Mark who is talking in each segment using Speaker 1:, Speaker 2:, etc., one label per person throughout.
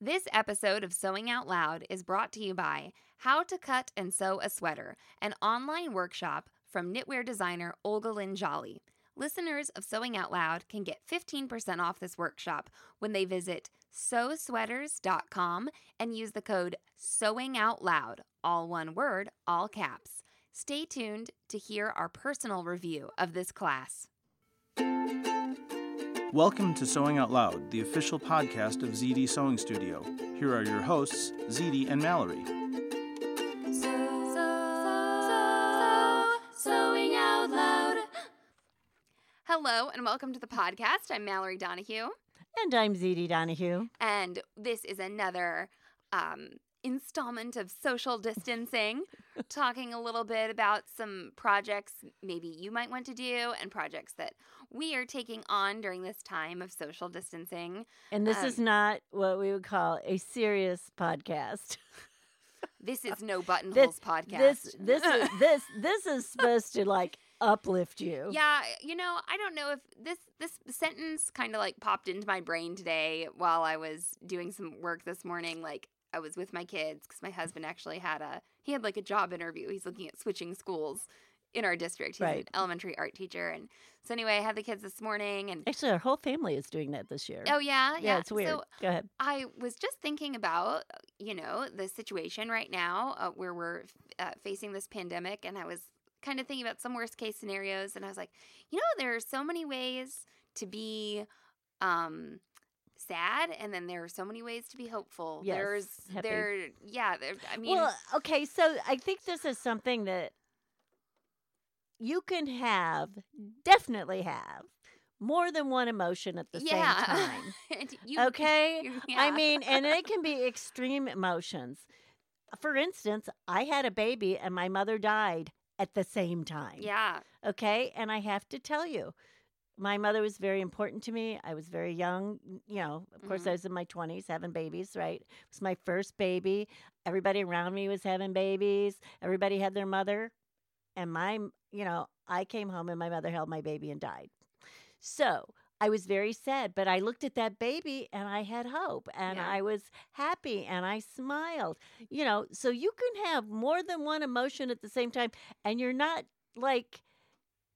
Speaker 1: This episode of Sewing Out Loud is brought to you by How to Cut and Sew a Sweater, an online workshop from knitwear designer Olga Lynn Jolly. Listeners of Sewing Out Loud can get 15% off this workshop when they visit sewsweaters.com and use the code Sewing Out Loud, all one word, all caps. Stay tuned to hear our personal review of this class.
Speaker 2: Welcome to Sewing Out Loud, the official podcast of ZD Sewing Studio. Here are your hosts, ZD and Mallory.
Speaker 1: Sewing Out Loud. Hello and welcome to the podcast. I'm Mallory Donahue,
Speaker 3: And I'm Zedie Donahue.
Speaker 1: and this is another um, installment of social distancing, talking a little bit about some projects maybe you might want to do and projects that we are taking on during this time of social distancing.
Speaker 3: And this is
Speaker 1: Um,
Speaker 3: not what we would call a serious podcast.
Speaker 1: This is no buttonholes
Speaker 3: Uh, This
Speaker 1: podcast.
Speaker 3: This this is, this this is supposed to like uplift you.
Speaker 1: Yeah, you know, I don't know if this this sentence kind of like popped into my brain today while I was doing some work this morning. Like I was with my kids because my husband actually had a he had like a job interview. He's looking at switching schools in our district. He's
Speaker 3: Right.
Speaker 1: an elementary art teacher, and so anyway, I had the kids this morning, and
Speaker 3: Actually, our whole family is doing that this year.
Speaker 1: oh yeah, yeah,
Speaker 3: yeah, it's weird.
Speaker 1: So
Speaker 3: Go ahead.
Speaker 1: I was just thinking about, uh, you know, the situation right now uh, where we're uh, facing this pandemic, and I was kind of thinking about some worst case scenarios, and I was like, you know, there are so many ways to be um, sad, and then there are so many ways to be hopeful.
Speaker 3: Yes,
Speaker 1: There's
Speaker 3: happy.
Speaker 1: there, yeah. There, I mean,
Speaker 3: well, okay, so I think this is something that you can have, definitely have, more than one emotion at the
Speaker 1: yeah.
Speaker 3: same time.
Speaker 1: And you-
Speaker 3: okay?
Speaker 1: you-
Speaker 3: I
Speaker 1: yeah.
Speaker 3: mean, and it can be extreme emotions. For instance, I had a baby and my mother died at the same time.
Speaker 1: yeah,
Speaker 3: Okay. And I have to tell you, my mother was very important to me. I was very young. n- You know, of course,
Speaker 1: Mhm.
Speaker 3: I was in my 20s having babies, right? It was my first baby. Everybody around me was having babies. Everybody had their mother. And my, m- you know, I came home and my mother held my baby and died. So I was very sad, but I looked at that baby and I had hope and
Speaker 1: Yeah.
Speaker 3: I was happy and I smiled. You know, so you can have more than one emotion at the same time and you're not like,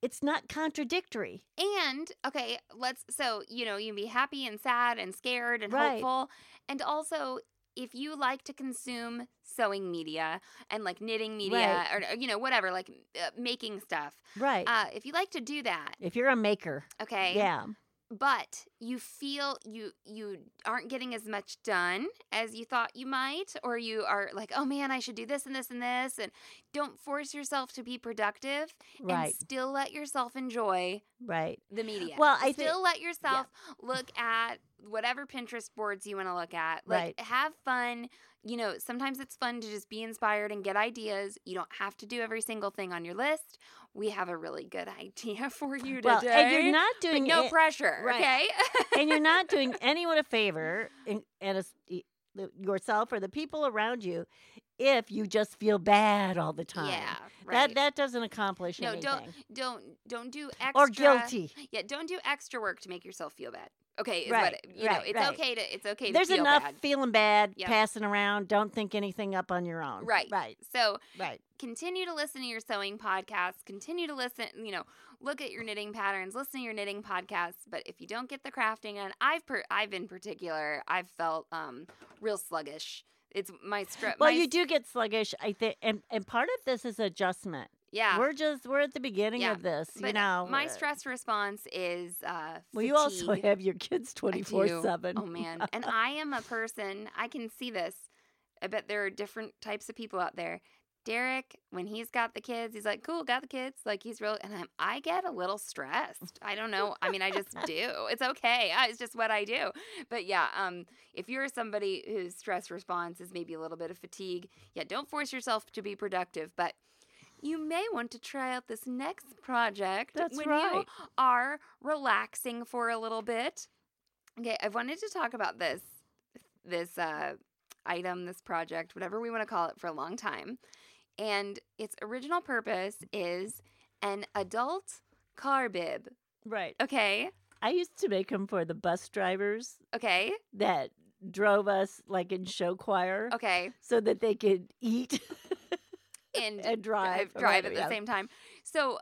Speaker 3: it's not contradictory.
Speaker 1: And okay, let's so you know you can be happy and sad and scared and
Speaker 3: Right.
Speaker 1: hopeful, and also if you like to consume sewing media and like knitting media
Speaker 3: Right.
Speaker 1: or you know whatever like uh, making stuff,
Speaker 3: Right.
Speaker 1: uh, if you like to do that,
Speaker 3: if you're a maker,
Speaker 1: okay,
Speaker 3: yeah.
Speaker 1: but you feel you you aren't getting as much done as you thought you might or you are like oh man i should do this and this and this and don't force yourself to be productive and
Speaker 3: Right.
Speaker 1: still let yourself enjoy
Speaker 3: Right.
Speaker 1: the media.
Speaker 3: Well, I thi-
Speaker 1: still let yourself look at whatever Pinterest boards you want to look at. Like
Speaker 3: Right.
Speaker 1: have fun. You know, sometimes it's fun to just be inspired and get ideas. You don't have to do every single thing on your list. We have a really good idea for you
Speaker 3: Well,
Speaker 1: today.
Speaker 3: and you're not
Speaker 1: but
Speaker 3: doing
Speaker 1: no
Speaker 3: it-
Speaker 1: pressure,
Speaker 3: right.
Speaker 1: okay?
Speaker 3: and you're not doing anyone a favor, in, and it's, the, yourself or the people around you if you just feel bad all the time.
Speaker 1: Yeah,
Speaker 3: That
Speaker 1: right.
Speaker 3: that doesn't accomplish
Speaker 1: no,
Speaker 3: anything.
Speaker 1: don't don't don't do extra
Speaker 3: or guilty.
Speaker 1: Yeah, don't do extra work to make yourself feel bad. Okay, is what
Speaker 3: Right,
Speaker 1: it- you know,
Speaker 3: right,
Speaker 1: it's
Speaker 3: right.
Speaker 1: okay to it's okay
Speaker 3: There's
Speaker 1: to feel
Speaker 3: enough
Speaker 1: bad.
Speaker 3: feeling bad,
Speaker 1: Yep.
Speaker 3: passing around. Don't think anything up on your own.
Speaker 1: Right.
Speaker 3: Right.
Speaker 1: So
Speaker 3: Right.
Speaker 1: continue to listen to your sewing podcasts. Continue to listen, you know, look at your knitting patterns, listen to your knitting podcasts. But if you don't get the crafting done, I've per- I've in particular, I've felt um real sluggish. It's my stress.
Speaker 3: Well, you do get sluggish, I think, and and part of this is adjustment.
Speaker 1: Yeah.
Speaker 3: We're just we're at the beginning
Speaker 1: Yeah.
Speaker 3: of this, you
Speaker 1: But
Speaker 3: know.
Speaker 1: my
Speaker 3: uh,
Speaker 1: stress response is uh,
Speaker 3: Well, you also
Speaker 1: fatigue.
Speaker 3: have your kids
Speaker 1: I
Speaker 3: twenty
Speaker 1: do.
Speaker 3: four seven.
Speaker 1: Oh man, and I am a person. I can see this. I bet there are different types of people out there. Derek, when he's got the kids, he's like, "Cool, got the kids." Like he's real, and I'm, I get a little stressed. I don't know. I mean, I just do. It's okay. I- It's just what I do. But yeah, um, if you're somebody whose stress response is maybe a little bit of fatigue, yeah, don't force yourself to be productive. But you may want to try out this next project
Speaker 3: That's
Speaker 1: when you
Speaker 3: right.
Speaker 1: are relaxing for a little bit. Okay, I wanted to talk about this this uh, item, this project, whatever we want to call it, for a long time. And its original purpose is an adult car bib.
Speaker 3: Right.
Speaker 1: Okay,
Speaker 3: I used to make them for the bus drivers
Speaker 1: okay,
Speaker 3: that drove us like in show choir
Speaker 1: okay.
Speaker 3: so that they could eat
Speaker 1: And
Speaker 3: and drive or
Speaker 1: drive
Speaker 3: whatever,
Speaker 1: at the
Speaker 3: yeah.
Speaker 1: same time. So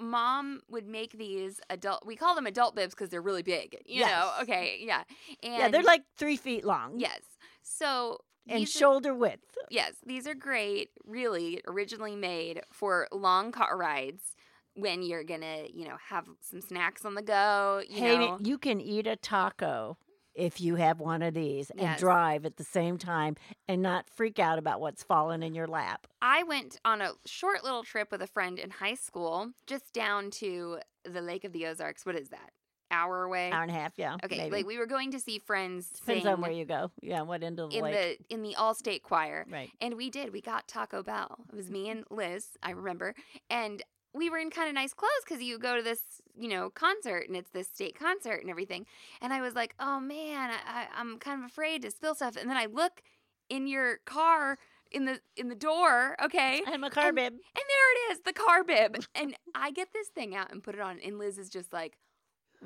Speaker 1: mom would make these adult we call them adult bibs because they're really big. You know,
Speaker 3: Yes.
Speaker 1: okay, yeah. And
Speaker 3: yeah they're like three feet long
Speaker 1: Yes. So
Speaker 3: and
Speaker 1: these are-
Speaker 3: shoulder width
Speaker 1: Yes, these are great, really originally made for long car rides when you're gonna, you know, have some snacks on the go. You
Speaker 3: hey
Speaker 1: know,
Speaker 3: you can eat a taco if you have one of these and
Speaker 1: Yes.
Speaker 3: drive at the same time and not freak out about what's falling in your lap
Speaker 1: I went on a short little trip with a friend in high school, just down to the Lake of the Ozarks. What is that? Hour away.
Speaker 3: hour and a half yeah
Speaker 1: okay,
Speaker 3: maybe.
Speaker 1: like we were going to see friends
Speaker 3: depends
Speaker 1: sing
Speaker 3: on where you go yeah what end of the
Speaker 1: in
Speaker 3: lake
Speaker 1: the in the Allstate Choir.
Speaker 3: right
Speaker 1: And we did. We got Taco Bell. It was me and Liz, I remember. And we were in kind of nice clothes because you go to this, you know, concert and it's this state concert and everything. And I was like, oh man, I, I, I'm kind of afraid to spill stuff. And then I look in your car in the in the door, okay?
Speaker 3: i'm a car
Speaker 1: and-
Speaker 3: bib
Speaker 1: And there it is, the car bib. And I get this thing out and put it on, and Liz is just like,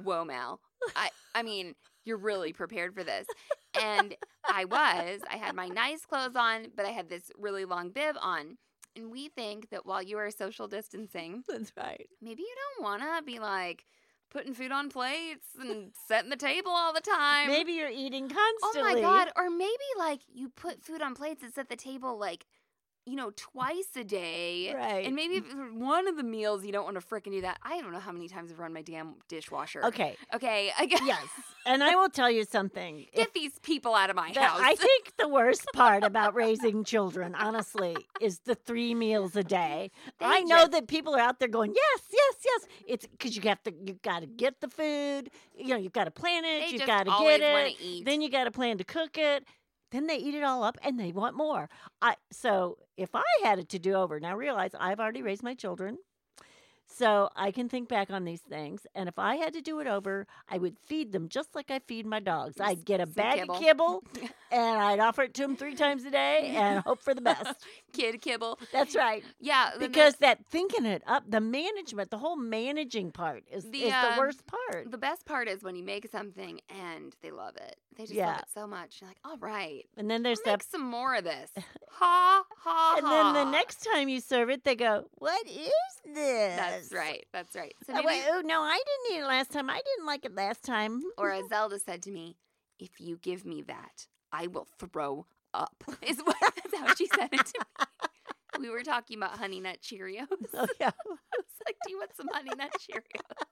Speaker 1: "Whoa, Mal! I, I mean, you're really prepared for this." And I was. I had my nice clothes on, but I had this really long bib on. And we think that while you are social distancing,
Speaker 3: that's right
Speaker 1: maybe you don't want to be like putting food on plates and setting the table all the time.
Speaker 3: maybe you're eating
Speaker 1: Oh
Speaker 3: constantly
Speaker 1: my god! Or maybe like you put food on plates and set the table like, you know, twice a day.
Speaker 3: right
Speaker 1: And maybe if it's one of the meals you don't want to frickin' do that. I don't know how many times I've run my damn dishwasher.
Speaker 3: okay
Speaker 1: Okay. I guess.
Speaker 3: yes and i will tell you something If
Speaker 1: Get these people out of my
Speaker 3: The-
Speaker 1: house.
Speaker 3: I think the worst part about raising children, honestly, is the three meals a day.
Speaker 1: They
Speaker 3: I know
Speaker 1: just-
Speaker 3: that people are out there going, yes, yes, yes. It's because you have to, you got to get the food. You know, you've got to plan
Speaker 1: They
Speaker 3: it. You've
Speaker 1: just
Speaker 3: got to
Speaker 1: always
Speaker 3: get
Speaker 1: want
Speaker 3: it.
Speaker 1: to eat.
Speaker 3: Then you got to plan to cook it. Then they eat it all up and they want more. I so if I had it to do over, now realize I've already raised my children. So I can think back on these things, and if I had to do it over, I would feed them just like I feed my dogs.
Speaker 1: Yes,
Speaker 3: I'd get a
Speaker 1: some
Speaker 3: bag
Speaker 1: kibble.
Speaker 3: of kibble, and I'd offer it to them three times a day and hope for the best.
Speaker 1: kid kibble.
Speaker 3: That's right,
Speaker 1: Yeah. then the-
Speaker 3: because that thinking it up, the management, the whole managing part is
Speaker 1: The,
Speaker 3: is
Speaker 1: um,
Speaker 3: the worst part.
Speaker 1: the best part is when you make something and they love it. They just love
Speaker 3: Yeah.
Speaker 1: it so much. You're like, all right,
Speaker 3: And then
Speaker 1: I'll
Speaker 3: there's
Speaker 1: make
Speaker 3: that.
Speaker 1: some more of this. Ha ha.
Speaker 3: And then the
Speaker 1: ha.
Speaker 3: next time you serve it, they go, "What is this?"
Speaker 1: That's right. That's right. So
Speaker 3: Oh,
Speaker 1: maybe,
Speaker 3: wait, oh no, I didn't eat it last time. I didn't like it last time.
Speaker 1: or as Zelda said to me, "If you give me that, I will throw up." Is what that's how she said it to me. We were talking about Honey Nut Cheerios.
Speaker 3: oh yeah.
Speaker 1: It's like, do you want some Honey Nut Cheerios?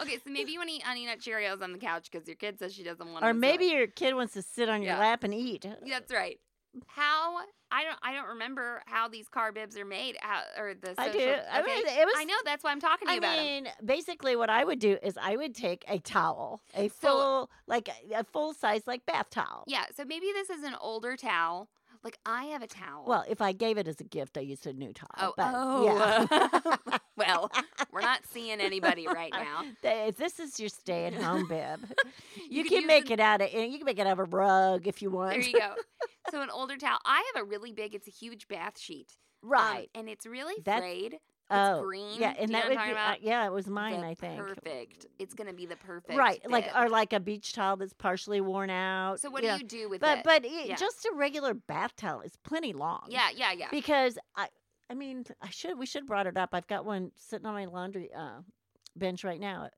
Speaker 1: Okay, so maybe you want to eat Honey Nut Cheerios on the couch because your kid says she doesn't want.
Speaker 3: Or
Speaker 1: them, so-
Speaker 3: maybe your kid wants to sit on your
Speaker 1: Yeah.
Speaker 3: lap and eat.
Speaker 1: that's right. How I don't I don't remember how these car bibs are made how, or the social,
Speaker 3: I do. I
Speaker 1: okay?
Speaker 3: mean, it was-
Speaker 1: I know that's why I'm talking to you
Speaker 3: I
Speaker 1: about 'em.
Speaker 3: mean, basically, what I would do is I would take a towel,
Speaker 1: So-
Speaker 3: a full, like a- a full size, like bath towel.
Speaker 1: Yeah, so maybe this is an older towel. Like I have a towel.
Speaker 3: Well, if I gave it as a gift, I used a new towel.
Speaker 1: Oh,
Speaker 3: but,
Speaker 1: oh.
Speaker 3: yeah.
Speaker 1: Well, we're not seeing anybody right now.
Speaker 3: Th- If this is your stay-at-home bib, you,
Speaker 1: could
Speaker 3: can
Speaker 1: use
Speaker 3: make
Speaker 1: an-
Speaker 3: it out of you can make it out of a rug if you want.
Speaker 1: There you go. So an older towel. I have a really big. It's a huge bath sheet. um,
Speaker 3: right.
Speaker 1: and it's really
Speaker 3: That's-
Speaker 1: frayed. It's
Speaker 3: oh,
Speaker 1: green.
Speaker 3: yeah,
Speaker 1: Do
Speaker 3: and
Speaker 1: you
Speaker 3: that
Speaker 1: know
Speaker 3: would
Speaker 1: what I'm talking
Speaker 3: be uh,
Speaker 1: about?
Speaker 3: yeah, it was mine.
Speaker 1: The
Speaker 3: I think
Speaker 1: Perfect. It's gonna be the perfect.
Speaker 3: Right, like
Speaker 1: fit.
Speaker 3: or like a beach towel that's partially worn out.
Speaker 1: So what
Speaker 3: yeah.
Speaker 1: do you do with
Speaker 3: But
Speaker 1: it?
Speaker 3: but it,
Speaker 1: Yeah.
Speaker 3: just a regular bath towel is plenty long.
Speaker 1: yeah, yeah, yeah.
Speaker 3: because I I mean I should we should have brought it up. I've got one sitting on my laundry uh, bench right now,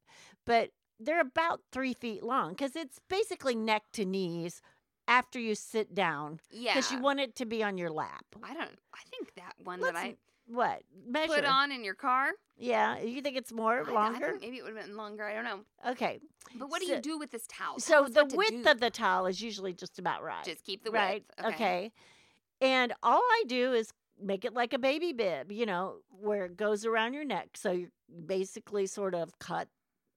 Speaker 3: but they're about three feet long because it's basically neck to knees after you sit down
Speaker 1: yeah.
Speaker 3: because you want it to be on your lap.
Speaker 1: I don't. I think that one
Speaker 3: Let's
Speaker 1: that I
Speaker 3: What measure?
Speaker 1: put on in your car.
Speaker 3: Yeah, you think it's
Speaker 1: I
Speaker 3: more
Speaker 1: d- I
Speaker 3: longer?
Speaker 1: think maybe it would have been longer. I don't know.
Speaker 3: okay,
Speaker 1: But what do you
Speaker 3: So-
Speaker 1: do with this towel? Tell
Speaker 3: so
Speaker 1: us
Speaker 3: the
Speaker 1: what to
Speaker 3: width
Speaker 1: do.
Speaker 3: of the towel is usually just about right.
Speaker 1: just keep the
Speaker 3: right?
Speaker 1: width.
Speaker 3: And all I do is make it like a baby bib, you know, where it goes around your neck. So you basically sort of cut,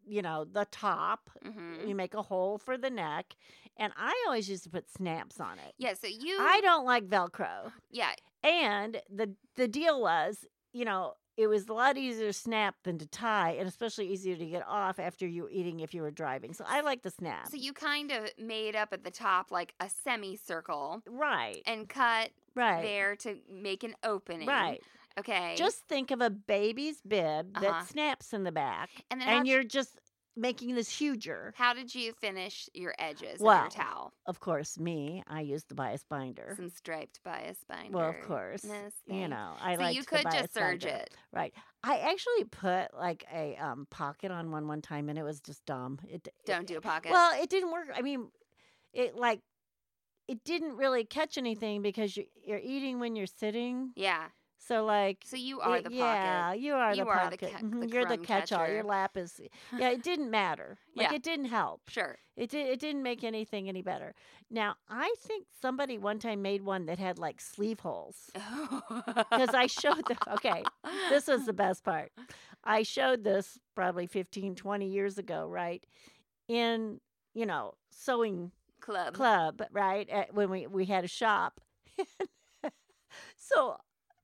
Speaker 3: you know, the top.
Speaker 1: Mhm.
Speaker 3: You make a hole for the neck. And I always used to put snaps on it.
Speaker 1: Yeah. So you.
Speaker 3: I don't like Velcro.
Speaker 1: Yeah.
Speaker 3: And the the deal was, you know, it was a lot easier to snap than to tie, and especially easier to get off after you were eating if you were driving. So I like the snap.
Speaker 1: So you kind of made up at the top like a semicircle
Speaker 3: right.
Speaker 1: and cut
Speaker 3: right.
Speaker 1: there to make an opening.
Speaker 3: Right.
Speaker 1: Okay.
Speaker 3: Just think of a baby's bib
Speaker 1: Uh-huh.
Speaker 3: that snaps in the back,
Speaker 1: and then how,
Speaker 3: and
Speaker 1: d-
Speaker 3: you're just making this huger.
Speaker 1: how did you finish your edges
Speaker 3: Well,
Speaker 1: of your towel?
Speaker 3: Of course, me, I use the bias binder.
Speaker 1: Some striped bias binder.
Speaker 3: Well, of course,
Speaker 1: Goodness
Speaker 3: you
Speaker 1: sake.
Speaker 3: know I
Speaker 1: so
Speaker 3: like
Speaker 1: you could just serge it.
Speaker 3: right? I actually put like a um, pocket on one one time, and it was just dumb. It it-
Speaker 1: Don't do a pocket.
Speaker 3: Well, it didn't work. I mean, it like it didn't really catch anything because you, you're eating when you're sitting.
Speaker 1: yeah.
Speaker 3: So like
Speaker 1: So you are
Speaker 3: It-
Speaker 1: the pocket.
Speaker 3: Yeah, you are
Speaker 1: You
Speaker 3: the
Speaker 1: are the
Speaker 3: pocket.
Speaker 1: ca-
Speaker 3: Mhm,
Speaker 1: the
Speaker 3: You're the
Speaker 1: crumb
Speaker 3: catch-all. Your
Speaker 1: catcher.
Speaker 3: lap is. Yeah, it didn't matter. Like
Speaker 1: Yeah.
Speaker 3: it didn't help.
Speaker 1: Sure.
Speaker 3: It did. It didn't make anything any better. Now I think somebody one time made one that had like sleeve holes because I showed them. Okay, this was the best part. I showed this probably 15, 20 years ago, right? In you know sewing
Speaker 1: club.
Speaker 3: club, right? At, when we we had a shop. so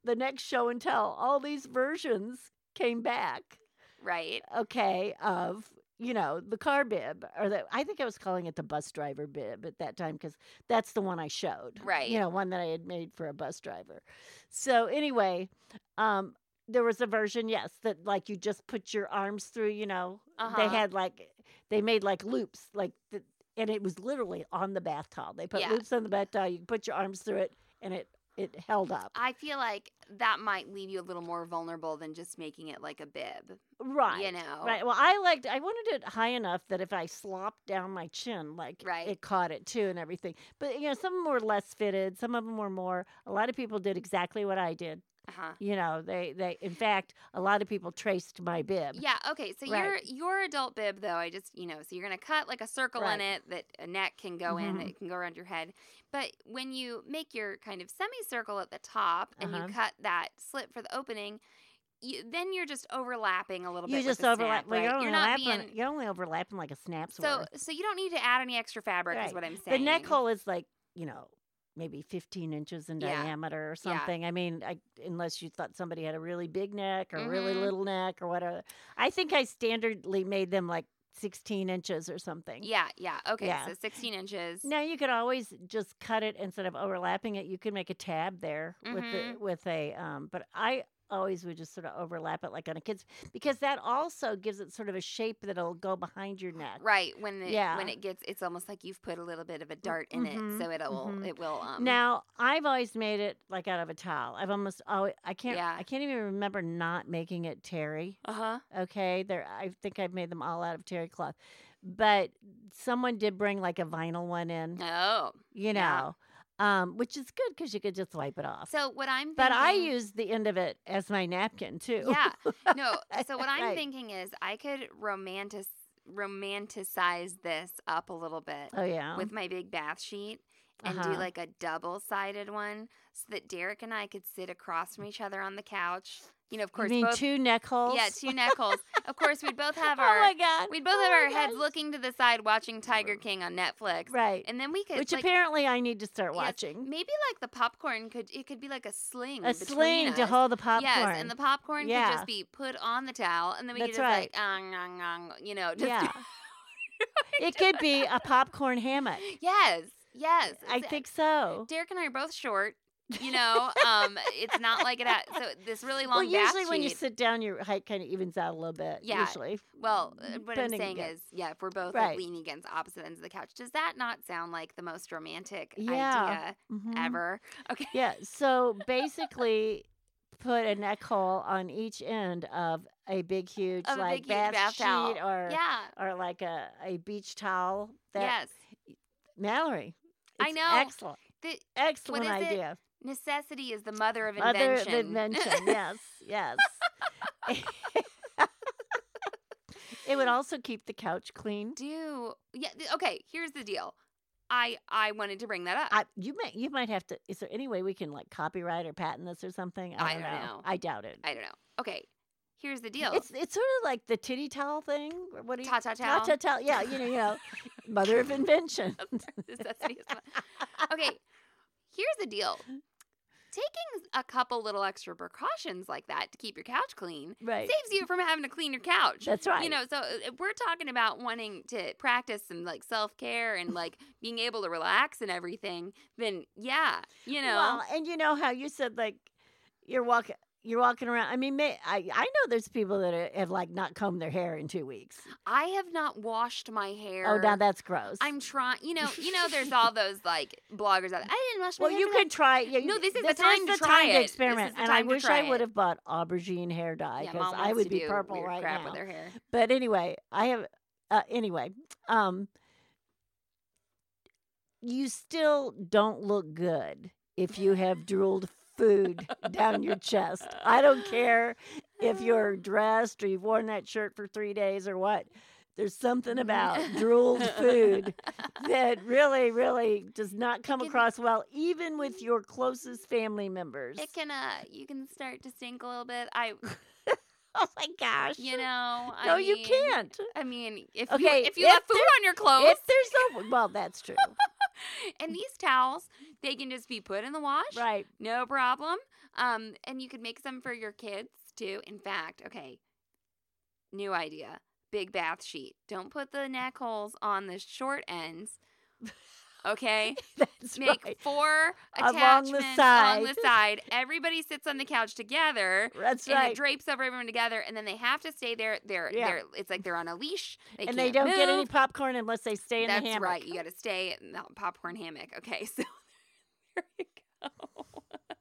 Speaker 3: the next show and tell, all these versions came back.
Speaker 1: Right.
Speaker 3: Okay, of you know the car bib, or the I think I was calling it the bus driver bib at that time because that's the one I showed.
Speaker 1: Right.
Speaker 3: You know, one that I had made for a bus driver. So anyway, um. There was a version, yes, that like you just put your arms through, you know.
Speaker 1: Uh-huh.
Speaker 3: They had like they made like loops, like the, and it was literally on the bath towel. They put
Speaker 1: Yeah.
Speaker 3: loops on the bath towel. You could put your arms through it, and it it held up.
Speaker 1: I feel like that might leave you a little more vulnerable than just making it like a bib.
Speaker 3: right.
Speaker 1: You know.
Speaker 3: Right. Well, I liked. I wanted it high enough that if I slopped down my chin, like
Speaker 1: Right.
Speaker 3: it caught it too, and everything. But you know, some of 'em were less fitted. Some of them were more. A lot of people did exactly what I did.
Speaker 1: Uh-huh.
Speaker 3: You know, they they. In fact, a lot of people traced my bib.
Speaker 1: Yeah. Okay. So
Speaker 3: Right.
Speaker 1: your your adult bib, though, I just you know, so you're gonna cut like a circle in
Speaker 3: Right.
Speaker 1: it that a neck can go in,
Speaker 3: Mhm.
Speaker 1: that can go around your head. But when you make your kind of semicircle at the top and
Speaker 3: Uh-huh.
Speaker 1: you cut that slit for the opening, you, then you're just overlapping a little
Speaker 3: You
Speaker 1: bit. with
Speaker 3: just
Speaker 1: the
Speaker 3: overlap.
Speaker 1: Snap,
Speaker 3: well,
Speaker 1: right?
Speaker 3: you're,
Speaker 1: You're not
Speaker 3: overlapping,
Speaker 1: being
Speaker 3: you're only overlapping like a snap's
Speaker 1: so
Speaker 3: worth.
Speaker 1: so you don't need to add any extra fabric, is
Speaker 3: Right.
Speaker 1: what I'm
Speaker 3: The
Speaker 1: saying.
Speaker 3: neck hole is like, you know, maybe 15 inches in
Speaker 1: Yeah.
Speaker 3: diameter or
Speaker 1: Yeah.
Speaker 3: something. I mean, I, unless you thought somebody had a really big neck or really
Speaker 1: Mhm.
Speaker 3: little neck or whatever. I think I standardly made them like 16 inches or something.
Speaker 1: Yeah. Yeah. Okay.
Speaker 3: Yeah.
Speaker 1: So 16 inches.
Speaker 3: Now you could always just cut it instead of overlapping it. You could make a tab there with the,
Speaker 1: Mhm.
Speaker 3: with a um, but I always would just sort of overlap it like on a kid's because that also gives it sort of a shape that'll go behind your neck.
Speaker 1: Right when it,
Speaker 3: Yeah.
Speaker 1: when it gets, it's almost like you've put a little bit of a dart in
Speaker 3: mhm,
Speaker 1: it, so it'll
Speaker 3: mhm.
Speaker 1: it will um
Speaker 3: Now I've always made it like out of a towel. I've almost always I can't
Speaker 1: Yeah.
Speaker 3: I can't even remember not making it terry.
Speaker 1: uh huh
Speaker 3: Okay, there I think I've made them all out of terry cloth, but someone did bring like a vinyl one in,
Speaker 1: oh
Speaker 3: you
Speaker 1: yeah.
Speaker 3: know, um, which is good because you could just wipe it off.
Speaker 1: so what I'm
Speaker 3: but I
Speaker 1: thinking-
Speaker 3: use the end of it as my napkin too.
Speaker 1: Yeah. No. So what I'm
Speaker 3: Right.
Speaker 1: thinking is I could romantic romanticize this up a little bit
Speaker 3: Oh yeah.
Speaker 1: with my big bath sheet and do
Speaker 3: Uh-huh.
Speaker 1: like a double sided one so that Derek and I could sit across from each other on the couch. You know, of
Speaker 3: You
Speaker 1: course,
Speaker 3: mean
Speaker 1: both
Speaker 3: two neck holes?
Speaker 1: yeah, two neck holes. Of course, we'd both have
Speaker 3: oh
Speaker 1: our
Speaker 3: my god.
Speaker 1: we'd both
Speaker 3: Oh
Speaker 1: have
Speaker 3: my
Speaker 1: our heads
Speaker 3: gosh.
Speaker 1: looking to the side watching Tiger King on Netflix,
Speaker 3: Right.
Speaker 1: and then we could
Speaker 3: Which
Speaker 1: like,
Speaker 3: apparently I need to start
Speaker 1: yes,
Speaker 3: watching.
Speaker 1: maybe like the popcorn could it could be like a sling
Speaker 3: A
Speaker 1: between
Speaker 3: sling to
Speaker 1: us.
Speaker 3: hold the popcorn.
Speaker 1: Yes, and the popcorn could
Speaker 3: Yeah.
Speaker 1: just be put on the towel, and then we could
Speaker 3: That's
Speaker 1: just
Speaker 3: right.
Speaker 1: like, "Ong, ong, ong," you know, just
Speaker 3: yeah. it could be a popcorn hammock.
Speaker 1: yes, yes.
Speaker 3: I
Speaker 1: It's-
Speaker 3: think so.
Speaker 1: Derek and I are both short. You know, um, it's not like it. Ha- so this really long.
Speaker 3: Well,
Speaker 1: bath
Speaker 3: usually when you
Speaker 1: sheet-
Speaker 3: sit down, your height kind of evens out a little bit.
Speaker 1: Yeah.
Speaker 3: Usually.
Speaker 1: Well, uh, what I'm
Speaker 3: depending
Speaker 1: saying
Speaker 3: again.
Speaker 1: is, yeah, if we're both
Speaker 3: Right.
Speaker 1: like leaning against opposite ends of the couch, does that not sound like the most romantic
Speaker 3: Yeah. Mhm.
Speaker 1: idea ever? Okay.
Speaker 3: Yeah. So basically, put a neck hole on each end of a big, huge,
Speaker 1: Of a big, huge
Speaker 3: like bath,
Speaker 1: bath
Speaker 3: sheet
Speaker 1: towel.
Speaker 3: or
Speaker 1: Yeah.
Speaker 3: or like a, a beach towel. That
Speaker 1: yes.
Speaker 3: Mallory.
Speaker 1: I
Speaker 3: it's
Speaker 1: know.
Speaker 3: Excellent.
Speaker 1: The
Speaker 3: Excellent
Speaker 1: is it?
Speaker 3: idea.
Speaker 1: necessity is the mother of
Speaker 3: Other
Speaker 1: invention.
Speaker 3: than invention. yes. Yes. it would also keep the couch clean.
Speaker 1: Do yeah. th- Okay. Here's the deal. I I wanted to bring that up.
Speaker 3: I, you might you might have to. Is there any way we can like copyright or patent this or something? I,
Speaker 1: I don't know.
Speaker 3: I doubt it.
Speaker 1: I, don't know. Okay. Here's the deal.
Speaker 3: It's it's sort of like the titty towel thing. or What do you
Speaker 1: Ta-ta towel.
Speaker 3: Ta-ta towel. Yeah, you know, you know, mother of invention.
Speaker 1: necessity is the mo- okay. Here's the deal. Taking a couple little extra precautions like that to keep your couch clean
Speaker 3: Right.
Speaker 1: saves you from having to clean your couch.
Speaker 3: That's right.
Speaker 1: You know, so uh, we're talking about wanting to practice some like self care and like being able to relax and everything. Then yeah, you know,
Speaker 3: Well, and you know how you said like you're walking. You're walking around. I mean, may, I I know there's people that are, have like not combed their hair in two weeks.
Speaker 1: I have not washed my hair.
Speaker 3: Oh, now that's gross.
Speaker 1: I'm trying. You know, you know, there's all those like bloggers out. there. I didn't wash my
Speaker 3: well,
Speaker 1: hair.
Speaker 3: you
Speaker 1: today."
Speaker 3: could try. Yeah,
Speaker 1: No,
Speaker 3: you-
Speaker 1: this is the
Speaker 3: is
Speaker 1: time to
Speaker 3: the
Speaker 1: try it.
Speaker 3: time to
Speaker 1: This is
Speaker 3: experiment.
Speaker 1: the
Speaker 3: and I
Speaker 1: time to
Speaker 3: wish
Speaker 1: try
Speaker 3: I would
Speaker 1: it.
Speaker 3: have bought aubergine hair dye
Speaker 1: Yeah,
Speaker 3: because
Speaker 1: Mom
Speaker 3: I
Speaker 1: wants
Speaker 3: would
Speaker 1: to
Speaker 3: be
Speaker 1: do
Speaker 3: purple
Speaker 1: weird
Speaker 3: right
Speaker 1: crap
Speaker 3: now.
Speaker 1: with her hair.
Speaker 3: But anyway, I have. Uh, anyway, um, you still don't look good if you have drooled food down your chest. I don't care if you're dressed or you've worn that shirt for three days or what. There's something
Speaker 1: Mm-hmm.
Speaker 3: about drooled food that really, really does not come
Speaker 1: can-
Speaker 3: across well, even with your closest family members.
Speaker 1: It can uh you can start to stink a little bit. I
Speaker 3: oh my gosh!
Speaker 1: you know I
Speaker 3: no, you
Speaker 1: mean-
Speaker 3: can't.
Speaker 1: I mean if
Speaker 3: Okay,
Speaker 1: you if you
Speaker 3: if
Speaker 1: have food
Speaker 3: there-
Speaker 1: on your clothes
Speaker 3: If there's no, well, that's true.
Speaker 1: and these towels, they can just be put in the wash.
Speaker 3: Right.
Speaker 1: No problem. Um and you could make some for your kids too. In fact, okay. New idea. Big bath sheet. Don't put the neck holes on the short ends. Okay.
Speaker 3: That's
Speaker 1: Make
Speaker 3: right.
Speaker 1: four
Speaker 3: Along
Speaker 1: attachments
Speaker 3: the
Speaker 1: on the
Speaker 3: side.
Speaker 1: side. Everybody sits on the couch together.
Speaker 3: That's
Speaker 1: and
Speaker 3: right.
Speaker 1: it drapes over everyone together, and then they have to stay there. They're,
Speaker 3: Yeah.
Speaker 1: they're it's like they're on a leash. They
Speaker 3: and they
Speaker 1: can't
Speaker 3: don't get any
Speaker 1: move.
Speaker 3: popcorn unless they stay in
Speaker 1: That's
Speaker 3: the hammock.
Speaker 1: right. You got to stay in the popcorn hammock. Okay, so there you go.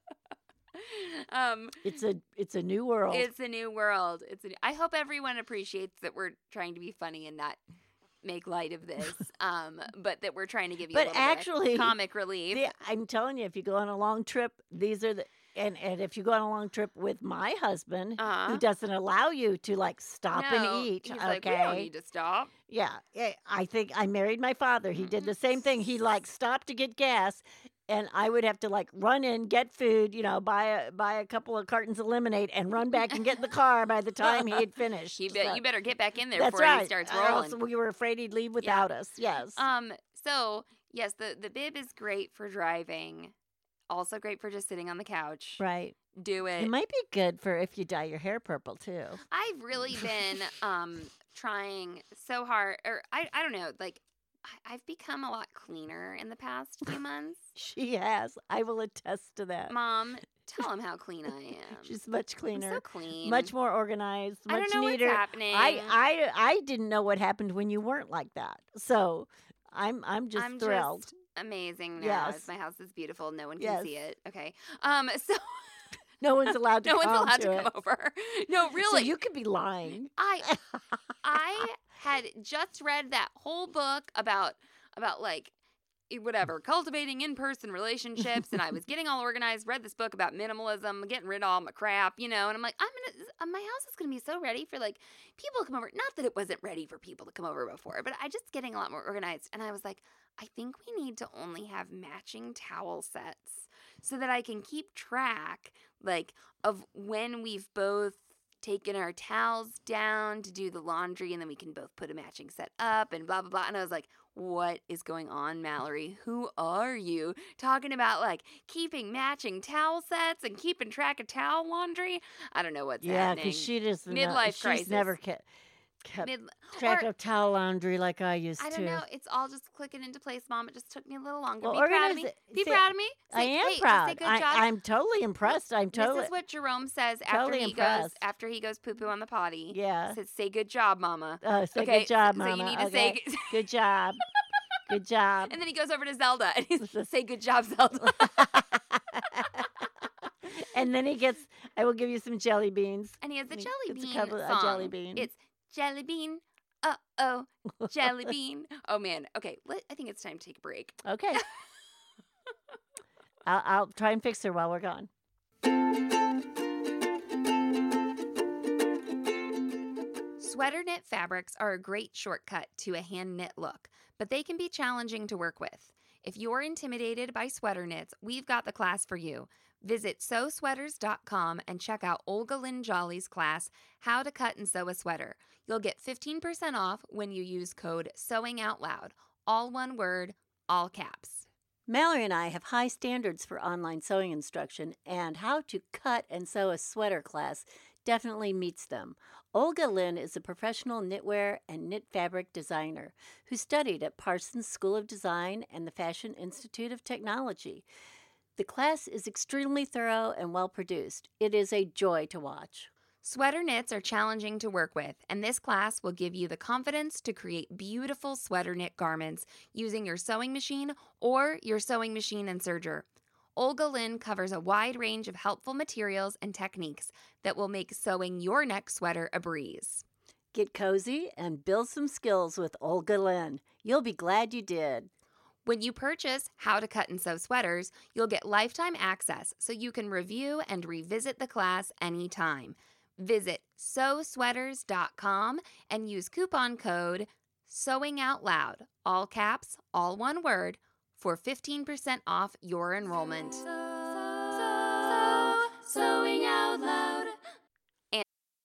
Speaker 1: um,
Speaker 3: It's a it's a new world.
Speaker 1: it's a new world. It's a new, I hope everyone appreciates that we're trying to be funny and not make light of this. um, but that we're trying to give you a
Speaker 3: But
Speaker 1: little bit of
Speaker 3: actually,
Speaker 1: comic relief.
Speaker 3: The- I'm telling you, if you go on a long trip, these are the and and if you go on a long trip with my husband,
Speaker 1: Uh-huh.
Speaker 3: who doesn't allow you to like stop
Speaker 1: No,
Speaker 3: and eat,
Speaker 1: He's
Speaker 3: okay?
Speaker 1: like, we don't need to stop.
Speaker 3: Yeah, eh, I think I married my father. He
Speaker 1: Mm-hmm.
Speaker 3: did the same thing. He like stopped to get gas, and I would have to like run in, get food, you know, buy a buy a couple of cartons of lemonade, and run back and get in the car by the time he had finished.
Speaker 1: You, bet
Speaker 3: So-
Speaker 1: you better get back in there
Speaker 3: That's
Speaker 1: before
Speaker 3: right.
Speaker 1: he starts
Speaker 3: Or else
Speaker 1: rolling.
Speaker 3: we were afraid he'd leave without us. Yes.
Speaker 1: Um. So yes, the the bib is great for driving. Also great for just sitting on the couch.
Speaker 3: right.
Speaker 1: Do it.
Speaker 3: It might be good for if you dye your hair purple too.
Speaker 1: I've really been um trying so hard, or I I don't know, like I, I've become a lot cleaner in the past few months.
Speaker 3: She has. I will attest to that.
Speaker 1: Mom, tell him how clean I am.
Speaker 3: She's much
Speaker 1: um, I'm
Speaker 3: cleaner,
Speaker 1: so clean.
Speaker 3: much more organized,
Speaker 1: I
Speaker 3: much
Speaker 1: don't know
Speaker 3: neater.
Speaker 1: what's happening.
Speaker 3: I I I didn't know what happened when you weren't like that. So I'm I'm just
Speaker 1: I'm
Speaker 3: thrilled.
Speaker 1: Just amazing now. as
Speaker 3: Yes.
Speaker 1: My house is beautiful. No one can see
Speaker 3: Yes.
Speaker 1: it. Okay. Um. So
Speaker 3: No one's allowed to
Speaker 1: no one's
Speaker 3: come
Speaker 1: allowed to,
Speaker 3: to, it.
Speaker 1: come over. No, really.
Speaker 3: So you could be lying.
Speaker 1: I I had just read that whole book about about like eh, whatever cultivating in-person relationships and I was getting all organized read this book about minimalism getting rid of all my crap you know and I'm like I'm gonna s- uh, my house is gonna be so ready for like people to come over not that it wasn't ready for people to come over before but I just getting a lot more organized and I was like I think we need to only have matching towel sets so that I can keep track like of when we've both taken our towels down to do the laundry and then we can both put a matching set up and blah blah blah and I was like what is going on Mallory who are you talking about like keeping matching towel sets and keeping track of towel laundry I don't know what's
Speaker 3: yeah,
Speaker 1: happening
Speaker 3: because she just no-
Speaker 1: Midlife
Speaker 3: she's
Speaker 1: crisis.
Speaker 3: never kept, kept
Speaker 1: Mid-
Speaker 3: track
Speaker 1: or-
Speaker 3: of towel laundry like I used
Speaker 1: I
Speaker 3: to.
Speaker 1: don't know. It's all just clicking into place, Mom. It just took me a little longer.
Speaker 3: Well,
Speaker 1: be proud of
Speaker 3: organize
Speaker 1: me.
Speaker 3: it.
Speaker 1: Be
Speaker 3: Say-
Speaker 1: proud of me.
Speaker 3: I
Speaker 1: Say,
Speaker 3: am
Speaker 1: hey,
Speaker 3: proud.
Speaker 1: Say, good
Speaker 3: I,
Speaker 1: job.
Speaker 3: I'm totally impressed. I'm totally.
Speaker 1: This is what Jerome says after
Speaker 3: totally
Speaker 1: he goes
Speaker 3: impressed.
Speaker 1: after he goes poo poo on the potty.
Speaker 3: yeah.
Speaker 1: He says, "Say good job, Mama."
Speaker 3: Uh, say
Speaker 1: okay,
Speaker 3: good job,
Speaker 1: so you
Speaker 3: Mama.
Speaker 1: need to say
Speaker 3: okay.
Speaker 1: good-
Speaker 3: good job. Good job.
Speaker 1: And then he goes over to Zelda and he says, "Say good job, Zelda."
Speaker 3: and then he gets. I will give you some jelly beans.
Speaker 1: And he has the
Speaker 3: It's
Speaker 1: jelly
Speaker 3: a
Speaker 1: bean
Speaker 3: couple- a
Speaker 1: song.
Speaker 3: jelly bean.
Speaker 1: It's jelly bean. Uh oh, jelly bean. Oh man. Okay, let, I think it's time to take a break.
Speaker 3: Okay. I'll, I'll try and fix her while we're gone.
Speaker 1: Sweater knit fabrics are a great shortcut to a hand knit look, but they can be challenging to work with. If you're intimidated by sweater knits, we've got the class for you. Visit sewsweaters.com and check out Olga Lynn Jolly's class, How to Cut and Sew a Sweater. You'll get 15% off when you use code SEWINGOUTLOUD, all one word, all caps.
Speaker 3: Mallory and I have high standards for online sewing instruction, and how to cut and sew a sweater class definitely meets them. Olga Lynn is a professional knitwear and knit fabric designer who studied at Parsons School of Design and the Fashion Institute of Technology. The class is extremely thorough and well produced. It is a joy to watch.
Speaker 1: Sweater knits are challenging to work with, and this class will give you the confidence to create beautiful sweater knit garments using your sewing machine or your sewing machine and serger. Olga Lynn covers a wide range of helpful materials and techniques that will make sewing your next sweater a breeze.
Speaker 3: Get cozy and build some skills with Olga Lynn. You'll be glad you did.
Speaker 1: When you purchase How to Cut and Sew Sweaters, you'll get lifetime access so you can review and revisit the class anytime. Visit sewsweaters.com and use coupon code SEWINGOUTLOUD, all caps, all one word, for 15% off your enrollment. sewing out loud.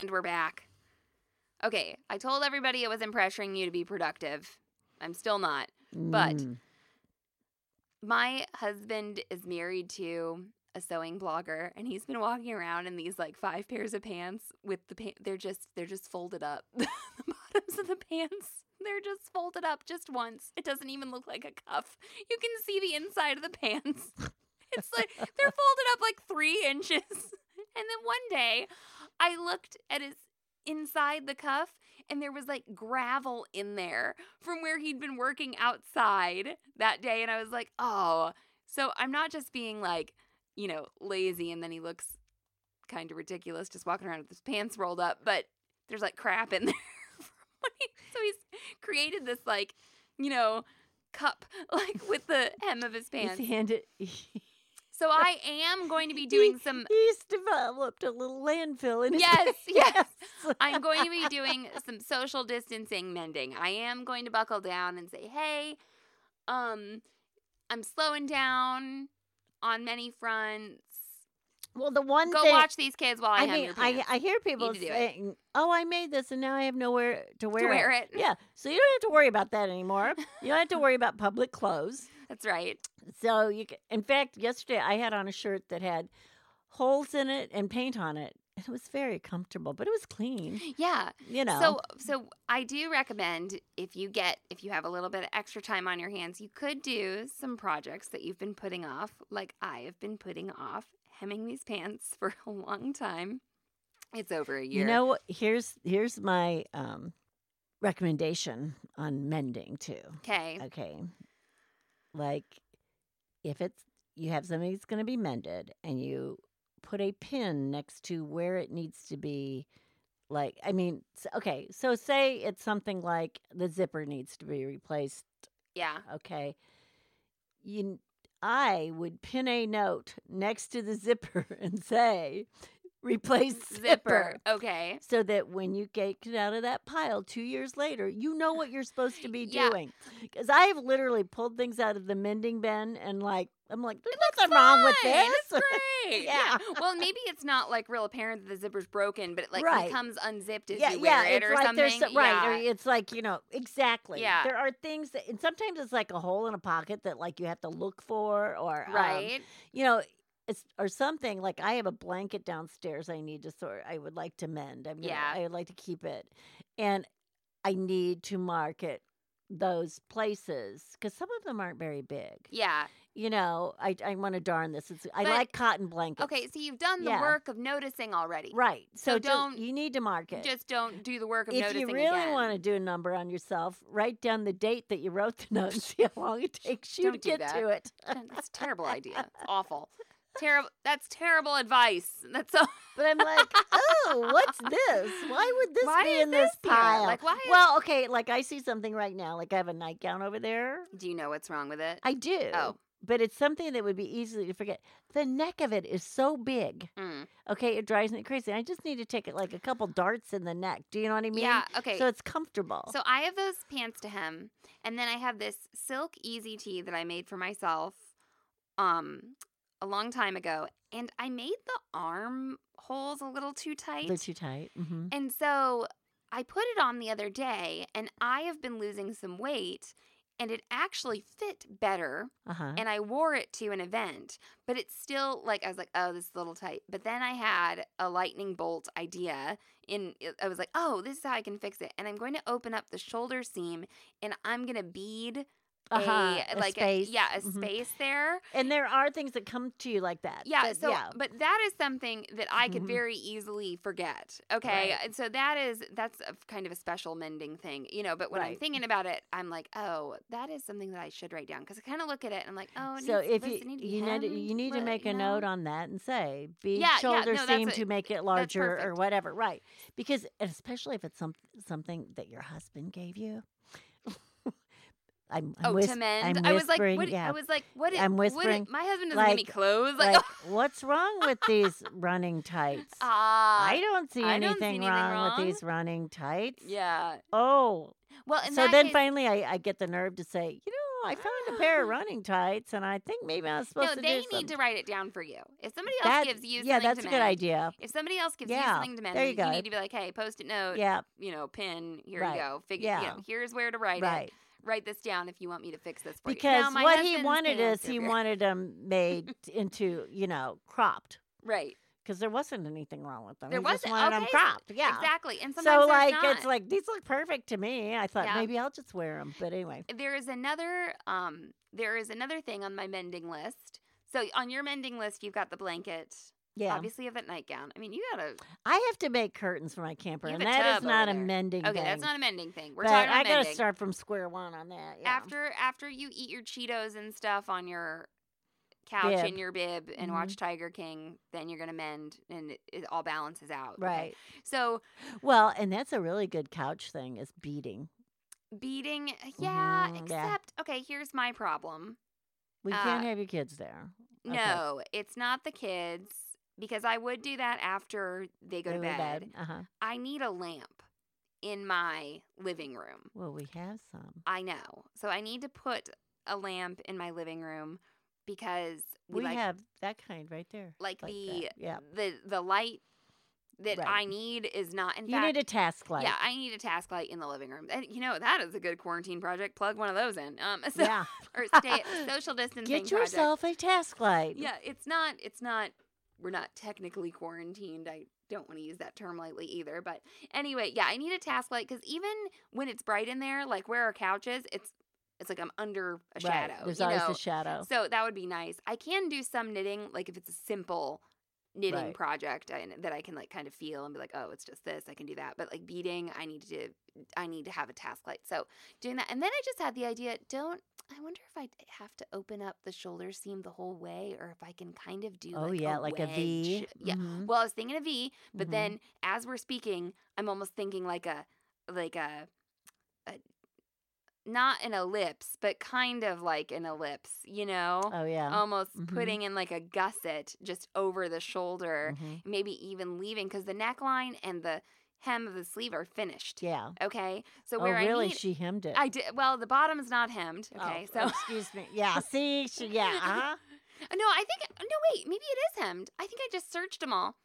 Speaker 1: And we're back. Okay, I told everybody it wasn't pressuring you to be productive. I'm still not. But my husband is married to a sewing blogger and he's been walking around in these like five pairs of pants with the pa- they're just they're just folded up the bottoms of the pants they're just folded up just once it doesn't even look like a cuff you can see the inside of the pants it's like they're folded up like three inches and then one day i looked at his inside the cuff and there was like gravel in there from where he'd been working outside that day and I was like, "Oh, so I'm not just being like, you know, lazy and then he looks kind of ridiculous just walking around with his pants rolled up, but there's like crap in there." from when he- so he's created this like, you know, cup like with the hem of his pants.
Speaker 3: He's handed.
Speaker 1: So I am going to be doing some
Speaker 3: He's developed a little landfill in his
Speaker 1: Yes, yes.
Speaker 3: pants.
Speaker 1: I'm going to be doing some social distancing mending. I am going to buckle down and say, "Hey, um I'm slowing down on many fronts.
Speaker 3: well, the one
Speaker 1: Go
Speaker 3: thing
Speaker 1: watch these kids while I,
Speaker 3: I
Speaker 1: hem
Speaker 3: mean,
Speaker 1: your
Speaker 3: I,
Speaker 1: pants."
Speaker 3: I hear people
Speaker 1: to do it.
Speaker 3: saying, "Oh, I made this, and now I have nowhere to wear,
Speaker 1: wear it.
Speaker 3: Yeah, so you don't have to worry about that anymore. you don't have to worry about public clothes.
Speaker 1: That's right.
Speaker 3: So you can, in fact, yesterday I had on a shirt that had holes in it and paint on it. And it was very comfortable, but it was clean,
Speaker 1: Yeah.
Speaker 3: you know.
Speaker 1: So so I do recommend if you get if you have a little bit of extra time on your hands, you could do some projects that you've been putting off, like I have been putting off hemming these pants for a long time. It's over a year.
Speaker 3: you know, what? here's here's my um, recommendation on mending too.
Speaker 1: Okay.
Speaker 3: Okay. Like if it's you have something that's going to be mended and you put a pin next to where it needs to be like I mean s- okay, so say it's something like the zipper needs to be replaced,
Speaker 1: Yeah.
Speaker 3: okay? You n- I would pin a note next to the zipper and say replace
Speaker 1: Zipper. Okay.
Speaker 3: so that when you get it out of that pile two years later, you know what you're supposed to be
Speaker 1: Yeah.
Speaker 3: doing. Because I have literally pulled things out of the mending bin and like I'm like, there's nothing wrong with
Speaker 1: Fine, it's
Speaker 3: this.
Speaker 1: great.
Speaker 3: Yeah.
Speaker 1: Well, maybe it's not like real apparent that the zipper's broken, but it like
Speaker 3: Right.
Speaker 1: becomes unzipped as
Speaker 3: yeah,
Speaker 1: you
Speaker 3: yeah,
Speaker 1: wear it
Speaker 3: it's
Speaker 1: or
Speaker 3: like
Speaker 1: something.
Speaker 3: there's some, right. Or
Speaker 1: Yeah.
Speaker 3: it's like you know exactly.
Speaker 1: Yeah.
Speaker 3: there are things that, and sometimes it's like a hole in a pocket that like you have to look for, or um,
Speaker 1: right.
Speaker 3: you know, it's or something like I have a blanket downstairs I need to sort I would like to mend. I mean,
Speaker 1: Yeah.
Speaker 3: I would like to keep it. And I need to market those places because some of them aren't very big.
Speaker 1: yeah.
Speaker 3: You know, I, I want to darn this. It's, I
Speaker 1: But-
Speaker 3: like cotton blankets.
Speaker 1: Okay. So you've done the
Speaker 3: Yeah.
Speaker 1: work of noticing already.
Speaker 3: Right. So,
Speaker 1: So
Speaker 3: just-
Speaker 1: don't-
Speaker 3: you need to market.
Speaker 1: Just don't do the work of
Speaker 3: if
Speaker 1: noticing
Speaker 3: you really
Speaker 1: again.
Speaker 3: want to do a number on yourself, write down the date that you wrote the note and see how long it takes you to
Speaker 1: Don't do
Speaker 3: get
Speaker 1: that.
Speaker 3: to it.
Speaker 1: That's a terrible idea. It's awful. Terrible. That's terrible advice. That's so.
Speaker 3: But I'm like, oh, what's this? Why would this
Speaker 1: Why
Speaker 3: be
Speaker 1: is
Speaker 3: in this,
Speaker 1: this here?
Speaker 3: pile?
Speaker 1: Like, why is-
Speaker 3: Well, okay, like I see something right now. Like I have a nightgown over there.
Speaker 1: Do you know what's wrong with it?
Speaker 3: I do.
Speaker 1: Oh.
Speaker 3: But it's something that would be easy to forget. The neck of it is so big.
Speaker 1: Mm.
Speaker 3: Okay, it drives me crazy. I just need to take it like a couple darts in the neck. Do you know what I mean?
Speaker 1: Yeah. Okay.
Speaker 3: So it's comfortable.
Speaker 1: So I have those pants to hem, and then I have this silk easy tee that I made for myself um a long time ago, and I made the arm holes a little too tight.
Speaker 3: they're too tight. hmm
Speaker 1: And so I put it on the other day, and I have been losing some weight, and it actually fit better
Speaker 3: Uh huh.
Speaker 1: and I wore it to an event, but it's still like I was like, oh, this is a little tight. But then I had a lightning bolt idea, and it- I was like, oh, this is how I can fix it. And I'm going to open up the shoulder seam, and I'm gonna bead
Speaker 3: Uh-huh,
Speaker 1: a
Speaker 3: a
Speaker 1: like
Speaker 3: space.
Speaker 1: yeah a
Speaker 3: Mhm.
Speaker 1: space there.
Speaker 3: And there are things that come to you like that.
Speaker 1: Yeah,
Speaker 3: But
Speaker 1: so
Speaker 3: yeah.
Speaker 1: but that is something that I could
Speaker 3: Mhm.
Speaker 1: very easily forget. Okay.
Speaker 3: Right.
Speaker 1: And so that is that's a f- kind of a special mending thing, you know, but when I'm
Speaker 3: Right.
Speaker 1: thinking about it, I'm like, "Oh, that is something that I should write down" cuz I kind of look at it and I'm like, "Oh, it
Speaker 3: so
Speaker 1: needs
Speaker 3: if
Speaker 1: this,
Speaker 3: you
Speaker 1: it need to be
Speaker 3: you need to,
Speaker 1: hemmed,
Speaker 3: you need to
Speaker 1: but,
Speaker 3: make
Speaker 1: you
Speaker 3: a
Speaker 1: know."
Speaker 3: note on that and say bead
Speaker 1: Yeah, yeah,
Speaker 3: shoulder
Speaker 1: no, that's
Speaker 3: seam
Speaker 1: a-
Speaker 3: to make it larger or
Speaker 1: perfect.
Speaker 3: whatever right because and especially if it's some something that your husband gave you I'm, I'm
Speaker 1: oh,
Speaker 3: whis-
Speaker 1: to mend.
Speaker 3: I'm
Speaker 1: I was like,
Speaker 3: whispering,
Speaker 1: what,
Speaker 3: yeah
Speaker 1: I was like, what?
Speaker 3: I'm
Speaker 1: what
Speaker 3: whispering,
Speaker 1: my husband doesn't give me
Speaker 3: like-
Speaker 1: clothes. Like,
Speaker 3: like what's wrong with these running tights
Speaker 1: ah,
Speaker 3: I don't see
Speaker 1: I
Speaker 3: anything,
Speaker 1: don't see anything
Speaker 3: wrong,
Speaker 1: wrong.
Speaker 3: with these running tights
Speaker 1: yeah.
Speaker 3: oh
Speaker 1: Well, in
Speaker 3: so
Speaker 1: that
Speaker 3: then
Speaker 1: case,
Speaker 3: finally I, I get the nerve to say you know I found a pair of running tights and I think maybe I was supposed
Speaker 1: no,
Speaker 3: to
Speaker 1: they
Speaker 3: do
Speaker 1: need to
Speaker 3: something."
Speaker 1: write it down for you. If somebody else
Speaker 3: That-
Speaker 1: gives you,
Speaker 3: yeah
Speaker 1: something
Speaker 3: that's
Speaker 1: to
Speaker 3: a good
Speaker 1: mend,
Speaker 3: idea
Speaker 1: If somebody else gives you
Speaker 3: Yeah,
Speaker 1: something to mend,
Speaker 3: there you go.
Speaker 1: need to be like, hey, post it note.
Speaker 3: Yeah,
Speaker 1: You know, pin. Here
Speaker 3: Right.
Speaker 1: you go. Figure. You
Speaker 3: Yeah.
Speaker 1: know, here's where to write
Speaker 3: right.
Speaker 1: it. Write this down if you want me to fix this for you. Now,
Speaker 3: Because
Speaker 1: my
Speaker 3: what he
Speaker 1: husband's
Speaker 3: wanted is
Speaker 1: pants are
Speaker 3: he
Speaker 1: very-
Speaker 3: wanted them made into, you know, cropped.
Speaker 1: right.
Speaker 3: Because there wasn't anything wrong with them.
Speaker 1: There
Speaker 3: he just
Speaker 1: wasn't.
Speaker 3: wanted them
Speaker 1: Okay.
Speaker 3: cropped. Yeah.
Speaker 1: Exactly. And sometimes
Speaker 3: So
Speaker 1: there's
Speaker 3: like it's
Speaker 1: not.
Speaker 3: like these look perfect to me. I thought
Speaker 1: Yeah.
Speaker 3: maybe I'll just wear them. But anyway,
Speaker 1: there is another um there is another thing on my mending list. So on your mending list, you've got the blanket.
Speaker 3: yeah,
Speaker 1: Obviously, you have that nightgown. I mean, you gotta.
Speaker 3: I have to make curtains for my camper,
Speaker 1: You have
Speaker 3: and
Speaker 1: a
Speaker 3: that
Speaker 1: tub
Speaker 3: is not
Speaker 1: over
Speaker 3: a
Speaker 1: there.
Speaker 3: mending.
Speaker 1: Okay, that's
Speaker 3: thing,
Speaker 1: not a mending thing. We're
Speaker 3: but
Speaker 1: talking
Speaker 3: I
Speaker 1: about
Speaker 3: gotta
Speaker 1: mending.
Speaker 3: start from square one on that. Yeah.
Speaker 1: After after you eat your Cheetos and stuff on your couch
Speaker 3: Bib.
Speaker 1: in your bib Mm-hmm. and watch Tiger King, then you're gonna mend, and it, it all balances out. okay?
Speaker 3: right.
Speaker 1: So
Speaker 3: Well, and that's a really good couch thing is beading.
Speaker 1: beating, Mm-hmm, yeah.
Speaker 3: Mhm,
Speaker 1: except,
Speaker 3: yeah.
Speaker 1: okay, here's my problem.
Speaker 3: We
Speaker 1: Uh,
Speaker 3: can't have your kids there. Okay.
Speaker 1: No, it's not the kids because I would do that after they go to bed.
Speaker 3: Uh huh.
Speaker 1: I need a lamp in my living room.
Speaker 3: Well, we have some.
Speaker 1: I know. So I need to put a lamp in my living room because we,
Speaker 3: We
Speaker 1: like
Speaker 3: have that kind right there.
Speaker 1: like,
Speaker 3: like
Speaker 1: the
Speaker 3: that, yeah.
Speaker 1: the the light that
Speaker 3: Right.
Speaker 1: I need is not in
Speaker 3: you
Speaker 1: fact.
Speaker 3: need a task light.
Speaker 1: Yeah, I need a task light in the living room. And, you know that is a good quarantine project. Plug one of those in. Um, so,
Speaker 3: Yeah.
Speaker 1: or stay social distancing.
Speaker 3: Get
Speaker 1: project.
Speaker 3: yourself a task light.
Speaker 1: Yeah, it's not. It's not. We're not technically quarantined. I don't want to use that term lightly either. But anyway, yeah, I need a task light because even when it's bright in there, like where our couch is, it's it's like I'm under a
Speaker 3: Right.
Speaker 1: shadow.
Speaker 3: There's
Speaker 1: you
Speaker 3: always
Speaker 1: know?
Speaker 3: a shadow.
Speaker 1: So that would be nice. I can do some knitting, like if it's a simple knitting
Speaker 3: Right.
Speaker 1: project and that I can like kind of feel and be like, oh, it's just this, I can do that. But like beading, I need to I need to have a task light. So doing that. And then I just had the idea, don't I wonder if I have to open up the shoulder seam the whole way or if I can kind of do
Speaker 3: oh
Speaker 1: like
Speaker 3: yeah,
Speaker 1: a
Speaker 3: like a
Speaker 1: wedge.
Speaker 3: V.
Speaker 1: Yeah.
Speaker 3: Mhm.
Speaker 1: Well, I was thinking a V, but
Speaker 3: Mhm.
Speaker 1: then as we're speaking, I'm almost thinking like a like a, a not an ellipse, but kind of like an ellipse, you know?
Speaker 3: Oh yeah.
Speaker 1: Almost
Speaker 3: Mhm.
Speaker 1: putting in like a gusset just over the shoulder,
Speaker 3: Mhm.
Speaker 1: maybe even leaving because the neckline and the hem of the sleeve are finished.
Speaker 3: Yeah.
Speaker 1: Okay. So
Speaker 3: Oh
Speaker 1: where
Speaker 3: really?
Speaker 1: I need,
Speaker 3: she hemmed it.
Speaker 1: I did well. The bottom's not hemmed.
Speaker 3: Oh,
Speaker 1: Okay,
Speaker 3: oh,
Speaker 1: so
Speaker 3: excuse me. Yeah. See. She, yeah. Uh-huh.
Speaker 1: no, I think no. Wait, maybe it is hemmed. I think I just searched them all,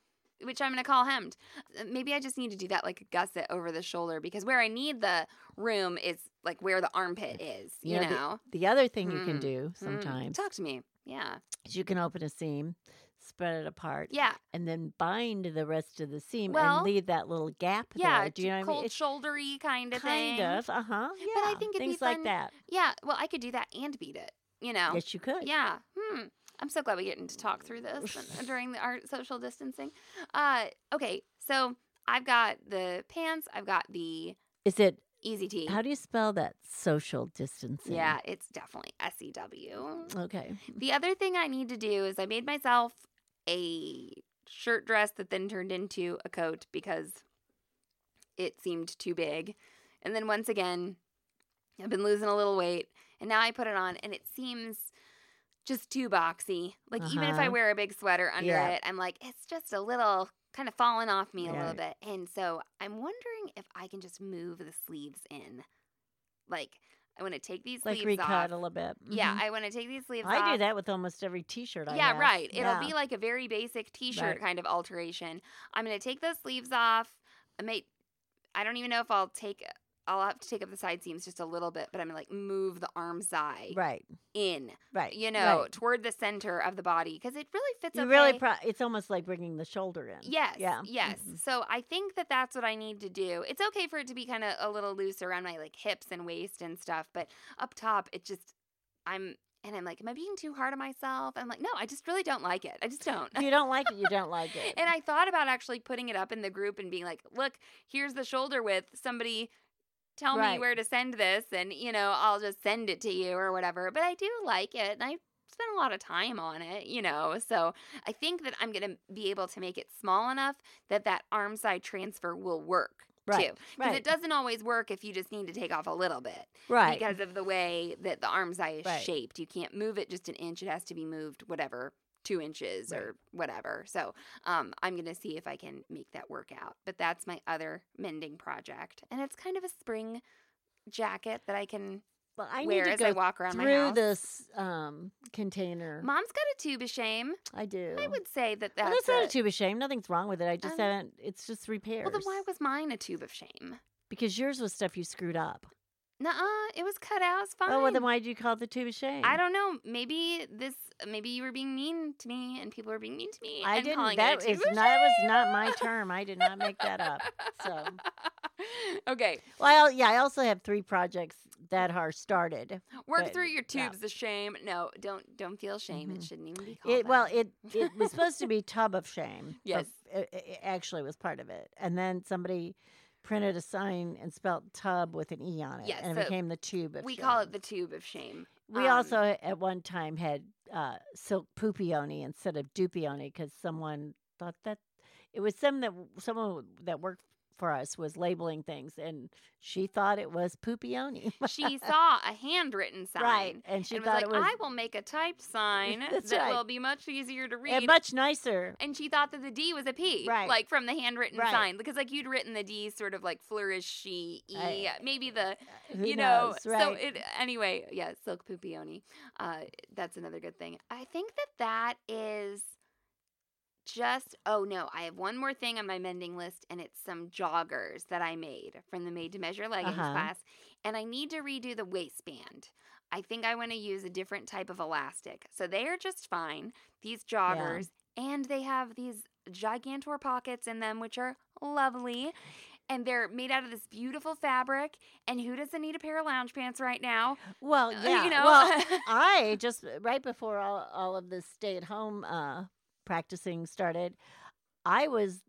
Speaker 1: which I'm gonna call hemmed. Uh, Maybe I just need to do that like a gusset over the shoulder because where I need the room is like where the armpit is. You,
Speaker 3: You know,
Speaker 1: know.
Speaker 3: The other thing you
Speaker 1: Mm,
Speaker 3: can do
Speaker 1: Mm,
Speaker 3: sometimes
Speaker 1: talk to me. Yeah.
Speaker 3: is you can open a seam, spread it apart,
Speaker 1: Yeah.
Speaker 3: and then bind the rest of the seam
Speaker 1: Well,
Speaker 3: and leave that little gap
Speaker 1: Yeah.
Speaker 3: there. Do you know what I mean?
Speaker 1: cold
Speaker 3: It's
Speaker 1: shouldery kind of thing.
Speaker 3: kind of. Uh huh. Yeah.
Speaker 1: I think it'd be
Speaker 3: things like
Speaker 1: fun-
Speaker 3: that.
Speaker 1: Yeah. Well, I could do that and beat it. You know.
Speaker 3: Yes, you could.
Speaker 1: Yeah. Hmm. I'm so glad we get to talk through this and- during the, our social distancing. Uh, okay, so I've got the pants. I've got the
Speaker 3: Is it?
Speaker 1: easy tee.
Speaker 3: How do you spell that? Social distancing.
Speaker 1: yeah, it's definitely S E W.
Speaker 3: Okay.
Speaker 1: The other thing I need to do is I made myself a shirt dress that then turned into a coat because it seemed too big. And then once again, I've been losing a little weight and now I put it on and it seems just too boxy. Like even if I
Speaker 3: Uh-huh.
Speaker 1: wear a big sweater under
Speaker 3: Yeah.
Speaker 1: it, I'm like it's just a little kind of falling off me a little bit.
Speaker 3: Right.
Speaker 1: And so I'm wondering if I can just move the sleeves in. Like I want to take these
Speaker 3: Like
Speaker 1: sleeves off.
Speaker 3: recut a little bit.
Speaker 1: Yeah,
Speaker 3: Mhm.
Speaker 1: I want to take these sleeves off.
Speaker 3: I do that with almost every T-shirt. I
Speaker 1: yeah,
Speaker 3: have.
Speaker 1: right.
Speaker 3: Yeah.
Speaker 1: It'll be like a very basic t-shirt
Speaker 3: Right.
Speaker 1: kind of alteration. I'm going to take those sleeves off. I may I don't even know if I'll take I'll have to take up the side seams just a little bit, but I'm going to like move the arm side
Speaker 3: right,
Speaker 1: in,
Speaker 3: right.
Speaker 1: you know,
Speaker 3: right.
Speaker 1: toward the center of the body cuz it really fits
Speaker 3: you
Speaker 1: okay.
Speaker 3: really. Pro- it's almost like bringing the shoulder in.
Speaker 1: Yes.
Speaker 3: Yeah.
Speaker 1: Yes.
Speaker 3: Mhm.
Speaker 1: So I think that that's what I need to do. It's okay for it to be kind of a little loose around my like hips and waist and stuff, but up top it just I'm and I'm like, am I being too hard on myself? I'm like, no, I just really don't like it. I just don't.
Speaker 3: If you don't like it, you don't like it.
Speaker 1: And I thought about actually putting it up in the group and being like, look, here's the shoulder width. Somebody tell me
Speaker 3: Right.
Speaker 1: where to send this and, you know, I'll just send it to you or whatever. But I do like it and I spent a lot of time on it, you know. So I think that I'm going to be able to make it small enough that that arm side transfer will work.
Speaker 3: Right,
Speaker 1: Too. Because
Speaker 3: right.
Speaker 1: it doesn't always work if you just need to take off a little bit.
Speaker 3: right.
Speaker 1: Because of the way that the arm side is
Speaker 3: Right.
Speaker 1: shaped. You can't move it just an inch. It has to be moved whatever, two inches
Speaker 3: Right.
Speaker 1: or whatever. So um, I'm going to see if I can make that work out. But that's my other mending project. And it's kind of a spring jacket that I can
Speaker 3: well, I
Speaker 1: wear
Speaker 3: need to
Speaker 1: as
Speaker 3: go
Speaker 1: I walk around my
Speaker 3: through
Speaker 1: house.
Speaker 3: this um, container.
Speaker 1: Mom's got a tube of shame.
Speaker 3: I do.
Speaker 1: I would say that
Speaker 3: Oh. Well,
Speaker 1: that's,
Speaker 3: that's not a tube of shame. Nothing's wrong with it. I just
Speaker 1: Um,
Speaker 3: haven't. It's just repairs.
Speaker 1: Well, then why was mine a tube of shame?
Speaker 3: because yours was stuff you screwed up.
Speaker 1: Nuh uh, it was cut out. It's fine.
Speaker 3: Oh well, then why did you call it the tube of shame?
Speaker 1: I don't know. Maybe this. Maybe you were being mean to me, and people were being mean to me.
Speaker 3: I
Speaker 1: and
Speaker 3: didn't.
Speaker 1: calling
Speaker 3: That
Speaker 1: it a
Speaker 3: is
Speaker 1: tube of
Speaker 3: not. That was
Speaker 1: shame.
Speaker 3: not my term. I did not make that up. So
Speaker 1: okay,
Speaker 3: well, yeah. I also have three projects that are started.
Speaker 1: work
Speaker 3: But,
Speaker 1: through your
Speaker 3: yeah.
Speaker 1: tubes of shame. No, don't don't feel shame. It
Speaker 3: Mhm.
Speaker 1: shouldn't even be called.
Speaker 3: It, well,
Speaker 1: that.
Speaker 3: it it was supposed to be tub of shame. but
Speaker 1: Yes.
Speaker 3: it, it it actually was part of it, and then somebody printed a sign and spelled tub with an e on it,
Speaker 1: Yes,
Speaker 3: and
Speaker 1: so
Speaker 3: it became the tube of.
Speaker 1: we call
Speaker 3: shame.
Speaker 1: it the tube of shame.
Speaker 3: We
Speaker 1: um,
Speaker 3: also at one time had uh, silk poopioni instead of dupioni because someone thought that it was some that someone that worked for us was labeling things, and she thought it was poopioni.
Speaker 1: She saw a handwritten sign.
Speaker 3: Right, and she
Speaker 1: and was
Speaker 3: thought
Speaker 1: like,
Speaker 3: it was
Speaker 1: I will make a typed sign
Speaker 3: That's
Speaker 1: that
Speaker 3: right.
Speaker 1: will be much easier to
Speaker 3: and
Speaker 1: read.
Speaker 3: much nicer.
Speaker 1: and she thought that the D was a P,
Speaker 3: Right.
Speaker 1: Like from the handwritten
Speaker 3: Right.
Speaker 1: sign, because like you'd written the D sort of like flourishy, e,
Speaker 3: I-
Speaker 1: maybe the
Speaker 3: Who
Speaker 1: you know.
Speaker 3: knows, right?
Speaker 1: So it anyway, yeah, silk poopioni. Uh, that's another good thing. I think that that is just oh no, I have one more thing on my mending list and it's some joggers that I made from the made to measure leggings
Speaker 3: Uh-huh.
Speaker 1: class and I need to redo the waistband. I think I want to use a different type of elastic. So they are just fine, these joggers, and they have these gigantor pockets in them which are lovely. And they're made out of this beautiful fabric. And who doesn't need a pair of lounge pants right now?
Speaker 3: Well,
Speaker 1: Uh,
Speaker 3: yeah.
Speaker 1: you know?
Speaker 3: Well, I just right before all, all of this stay at home uh, practicing started, I was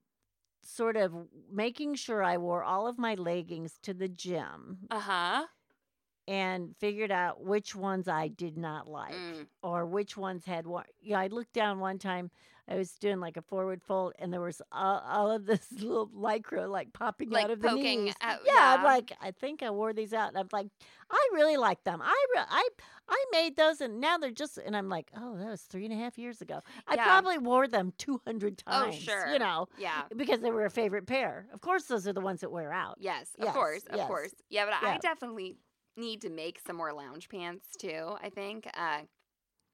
Speaker 3: sort of making sure I wore all of my leggings to the gym
Speaker 1: Uh huh.
Speaker 3: and figured out which ones I did not like
Speaker 1: Mm.
Speaker 3: or which ones had one. Yeah, I looked down one time. I was doing like a forward fold, and there was all, all of this little lycra like popping
Speaker 1: Like
Speaker 3: out of the
Speaker 1: poking
Speaker 3: knees.
Speaker 1: out,
Speaker 3: yeah, I'm
Speaker 1: yeah.
Speaker 3: like, I think I wore these out, and I'm like, I really like them. I re- I I made those, and now they're just. And I'm like, oh, that was three and a half years ago. I
Speaker 1: Yeah.
Speaker 3: probably wore them 200
Speaker 1: Oh,
Speaker 3: times.
Speaker 1: sure.
Speaker 3: you know,
Speaker 1: Yeah.
Speaker 3: because they were a favorite pair. Of course, those are the ones that wear out.
Speaker 1: Yes, of
Speaker 3: Yes,
Speaker 1: course, of
Speaker 3: yes,
Speaker 1: course. Yeah, but I
Speaker 3: yeah.
Speaker 1: definitely need to make some more lounge pants too. I think uh,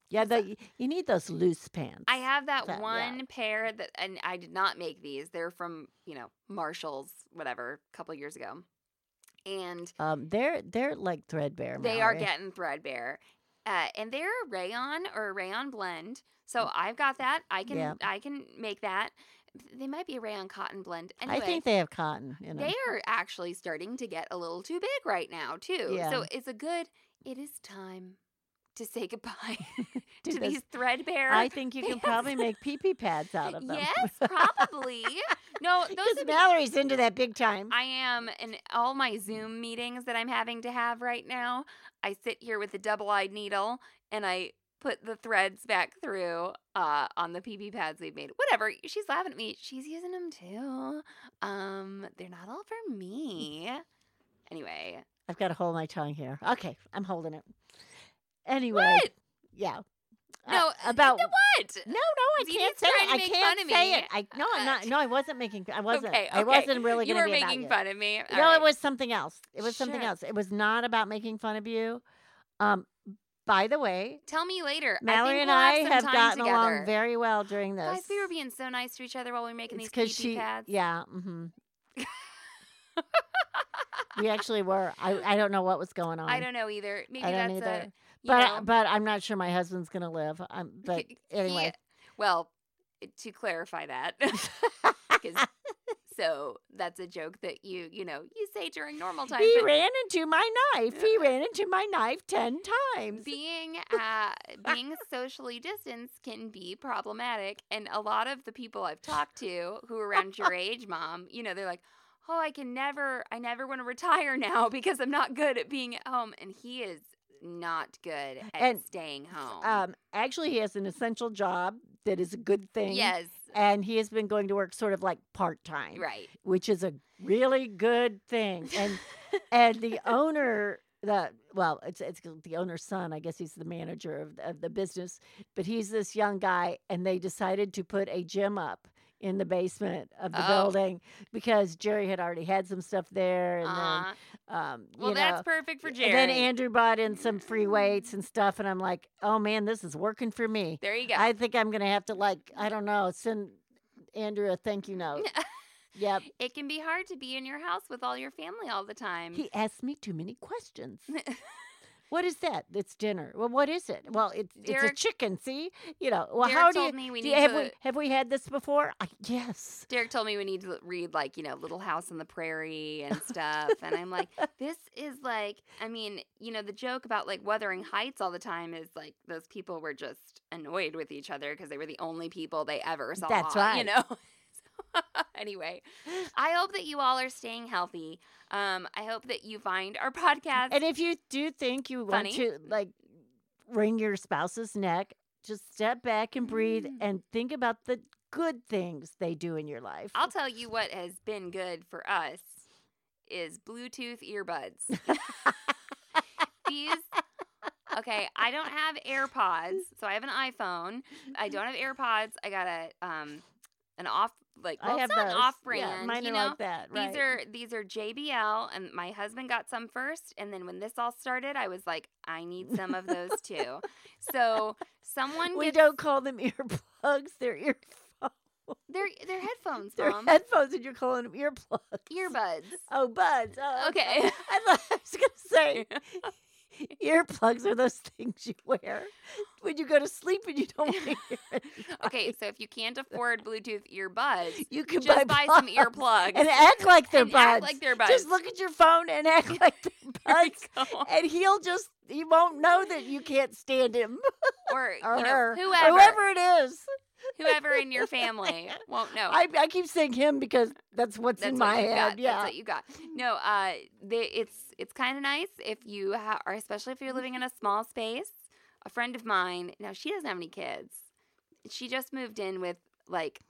Speaker 3: Yeah, the, you need those loose pants.
Speaker 1: I have that
Speaker 3: That- yeah.
Speaker 1: one pair that, and I did not make these. They're from you know Marshalls, whatever, a couple years ago, and
Speaker 3: Um, they're they're like threadbare.
Speaker 1: they are
Speaker 3: Mallory.
Speaker 1: getting threadbare. Uh, and they're a rayon or a rayon blend, so I've got that. I can
Speaker 3: Mm. Yeah.
Speaker 1: I can make that. They might be a rayon cotton blend. Anyway,
Speaker 3: I think they have cotton. You know.
Speaker 1: They are actually starting to get a little too big right now, too. So
Speaker 3: Yeah.
Speaker 1: it's a good, it is time to say goodbye
Speaker 3: To
Speaker 1: to
Speaker 3: this-
Speaker 1: these threadbare.
Speaker 3: I think you can
Speaker 1: pants.
Speaker 3: probably make pee pee pads out of them.
Speaker 1: Yes, probably. no, those
Speaker 3: Because
Speaker 1: would be-
Speaker 3: Mallory's into that big time.
Speaker 1: I am in all my Zoom meetings that I'm having to have right now. I sit here with a double eyed needle and I put the threads back through uh, on the PP pads we've made. Whatever. She's laughing at me. She's using them too. Um, they're not all for me. Anyway,
Speaker 3: I've got to hold my tongue here. Okay, I'm holding it. Anyway,
Speaker 1: what?
Speaker 3: yeah. Uh,
Speaker 1: No,
Speaker 3: about
Speaker 1: the what?
Speaker 3: no, no, I
Speaker 1: Zita's
Speaker 3: can't say
Speaker 1: trying
Speaker 3: it.
Speaker 1: to
Speaker 3: I
Speaker 1: make
Speaker 3: can't
Speaker 1: fun of
Speaker 3: say
Speaker 1: me.
Speaker 3: it. I no, I'm not. No, I wasn't making. I wasn't.
Speaker 1: Okay,
Speaker 3: I
Speaker 1: okay.
Speaker 3: wasn't really
Speaker 1: You
Speaker 3: going to
Speaker 1: were
Speaker 3: be
Speaker 1: making
Speaker 3: about you.
Speaker 1: fun of me. All
Speaker 3: no,
Speaker 1: right.
Speaker 3: it was something else. It was something
Speaker 1: Sure.
Speaker 3: else. It was not about making fun of you. Um, by the way,
Speaker 1: Tell me later.
Speaker 3: Mallory
Speaker 1: I think
Speaker 3: and
Speaker 1: we'll
Speaker 3: I
Speaker 1: have, some
Speaker 3: have
Speaker 1: time
Speaker 3: gotten
Speaker 1: together.
Speaker 3: along very well during this.
Speaker 1: Guys, we were being so nice to each other while we were making
Speaker 3: It's
Speaker 1: these
Speaker 3: 'cause
Speaker 1: PP
Speaker 3: she,
Speaker 1: pads.
Speaker 3: Yeah. hmm we actually were. I, I don't know what was going on.
Speaker 1: I don't know either. Maybe
Speaker 3: I don't
Speaker 1: that's
Speaker 3: either.
Speaker 1: a. you
Speaker 3: but
Speaker 1: know,
Speaker 3: but I'm not sure my husband's gonna live. Um, but
Speaker 1: he-
Speaker 3: anyway,
Speaker 1: well, to clarify that, 'cause- so that's a joke that you you know you say during normal time.
Speaker 3: he
Speaker 1: but
Speaker 3: ran into my knife. He ran into my knife ten times.
Speaker 1: being uh, being socially distanced can be problematic, and a lot of the people I've talked to who are around your age, mom, you know, they're like. Oh, I can never, I never want to retire now because I'm not good at being at home. And he is not good at
Speaker 3: And,
Speaker 1: staying home.
Speaker 3: Um, actually, he has an essential job that is a good thing.
Speaker 1: yes,
Speaker 3: and he has been going to work sort of like part time.
Speaker 1: right.
Speaker 3: which is a really good thing. And and the owner, the well, it's it's the owner's son. I guess he's the manager of of the business, but he's this young guy, and they decided to put a gym up in the basement of the
Speaker 1: Oh.
Speaker 3: building because Jerry had already had some stuff there, and
Speaker 1: Uh,
Speaker 3: then um,
Speaker 1: Well,
Speaker 3: you
Speaker 1: that's
Speaker 3: know,
Speaker 1: perfect for Jerry.
Speaker 3: and then Andrew bought in some free weights and stuff, and I'm like, oh man, this is working for me.
Speaker 1: there you go.
Speaker 3: I think I'm gonna have to like, I don't know, send Andrew a thank you note. yep.
Speaker 1: it can be hard to be in your house with all your family all the time.
Speaker 3: He asked me too many questions. what is that? It's dinner. Well, what is it? Well, it's
Speaker 1: Derek-
Speaker 3: it's a chicken. See, you know. Well,
Speaker 1: Derek
Speaker 3: how do
Speaker 1: told
Speaker 3: you?
Speaker 1: me we
Speaker 3: do
Speaker 1: need
Speaker 3: you- have
Speaker 1: to-
Speaker 3: we have we had this before? I, yes.
Speaker 1: Derek told me we need to read like you know Little House on the Prairie and stuff, and I'm like, this is like, I mean, you know, the joke about like Wuthering Heights all the time is like those people were just annoyed with each other because they were the only people they ever saw.
Speaker 3: That's
Speaker 1: You
Speaker 3: right.
Speaker 1: know. anyway, I hope that you all are staying healthy. Um, I hope that you find our podcast.
Speaker 3: And if you do think you
Speaker 1: Funny.
Speaker 3: want to like wring your spouse's neck, just step back and breathe
Speaker 1: Mm.
Speaker 3: and think about the good things they do in your life.
Speaker 1: I'll tell you what has been good for us is Bluetooth earbuds. These Okay, I don't have AirPods, so I have an iPhone. I don't have AirPods. I got a um an off like well,
Speaker 3: I have
Speaker 1: it's not an
Speaker 3: those.
Speaker 1: off
Speaker 3: Yeah,
Speaker 1: brand,
Speaker 3: mine
Speaker 1: you
Speaker 3: are
Speaker 1: know.
Speaker 3: like that. Right.
Speaker 1: These are these are JBL, and my husband got some first, and then when this all started, I was like, I need some of those too. so someone
Speaker 3: we
Speaker 1: gets
Speaker 3: don't call them earplugs; they're earphones.
Speaker 1: headphones,
Speaker 3: They're
Speaker 1: Mom.
Speaker 3: headphones and you're calling them earplugs.
Speaker 1: Earbuds.
Speaker 3: Oh, buds. Oh,
Speaker 1: Okay.
Speaker 3: I, thought, I was going to say earplugs are those things you wear when you go to sleep and you don't want to hear it.
Speaker 1: Okay, so if you can't afford Bluetooth earbuds,
Speaker 3: You can
Speaker 1: just buy, some
Speaker 3: buds
Speaker 1: earplugs.
Speaker 3: And act like they're
Speaker 1: and
Speaker 3: buds.
Speaker 1: act like they're buds.
Speaker 3: Just look at your phone and act like they're
Speaker 1: There you
Speaker 3: buds.
Speaker 1: go.
Speaker 3: And he'll just, he won't know that you can't stand him
Speaker 1: or,
Speaker 3: or
Speaker 1: you know,
Speaker 3: her.
Speaker 1: whoever,
Speaker 3: Whoever it is.
Speaker 1: whoever in your family won't know.
Speaker 3: I, I keep saying him because that's what's
Speaker 1: That's
Speaker 3: in
Speaker 1: what
Speaker 3: my
Speaker 1: you
Speaker 3: head.
Speaker 1: got.
Speaker 3: Yeah.
Speaker 1: That's what you got. No, uh, they, it's it's kind of nice if you ha- are, especially if you're living in a small space. A friend of mine, now she doesn't have any kids. She just moved in with like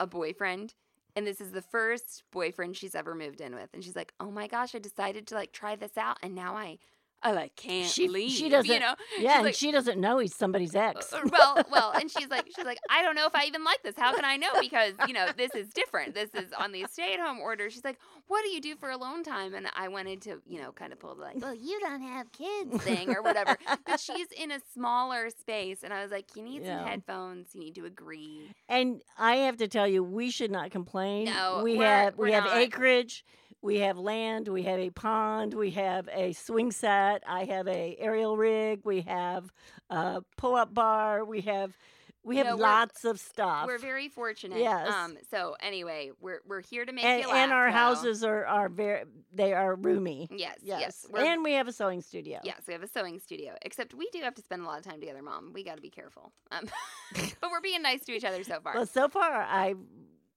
Speaker 1: a boyfriend, and this is the first boyfriend she's ever moved in with. And she's like, "Oh my gosh, I decided to like try this out, and now I, I like can't
Speaker 3: She- she
Speaker 1: leave." you
Speaker 3: doesn't-
Speaker 1: know?
Speaker 3: yeah, and
Speaker 1: like-
Speaker 3: she doesn't know he's somebody's ex.
Speaker 1: Uh, well, well, and she's like, she's like, I don't know if I even like this. How can I know? Because you know, this is different. This is on the stay-at-home order. She's like, what do you do for alone time? And I wanted to, you know, kind of pull the like, well, you don't have kids thing or whatever. But she's in a smaller space, and I was like, you need
Speaker 3: Yeah.
Speaker 1: some headphones. You need to agree.
Speaker 3: And I have to tell you, we should not complain.
Speaker 1: No,
Speaker 3: we
Speaker 1: we're-
Speaker 3: have we
Speaker 1: we're
Speaker 3: have
Speaker 1: not.
Speaker 3: acreage, we have land, we have a pond, we have a swing set. I have a aerial rig. We have a pull up bar. We have we have
Speaker 1: No, we're-
Speaker 3: lots of stuff.
Speaker 1: We're very fortunate.
Speaker 3: Yes.
Speaker 1: Um. So anyway, we're we're here to make
Speaker 3: and,
Speaker 1: you laugh.
Speaker 3: and our
Speaker 1: though.
Speaker 3: houses are are very they are roomy.
Speaker 1: Yes. Yes.
Speaker 3: Yes,
Speaker 1: we're-
Speaker 3: and we have a sewing studio.
Speaker 1: Yes, we have a sewing studio. Except we do have to spend a lot of time together, Mom. We got to be careful. Um, but we're being nice to each other so far.
Speaker 3: Well, so far I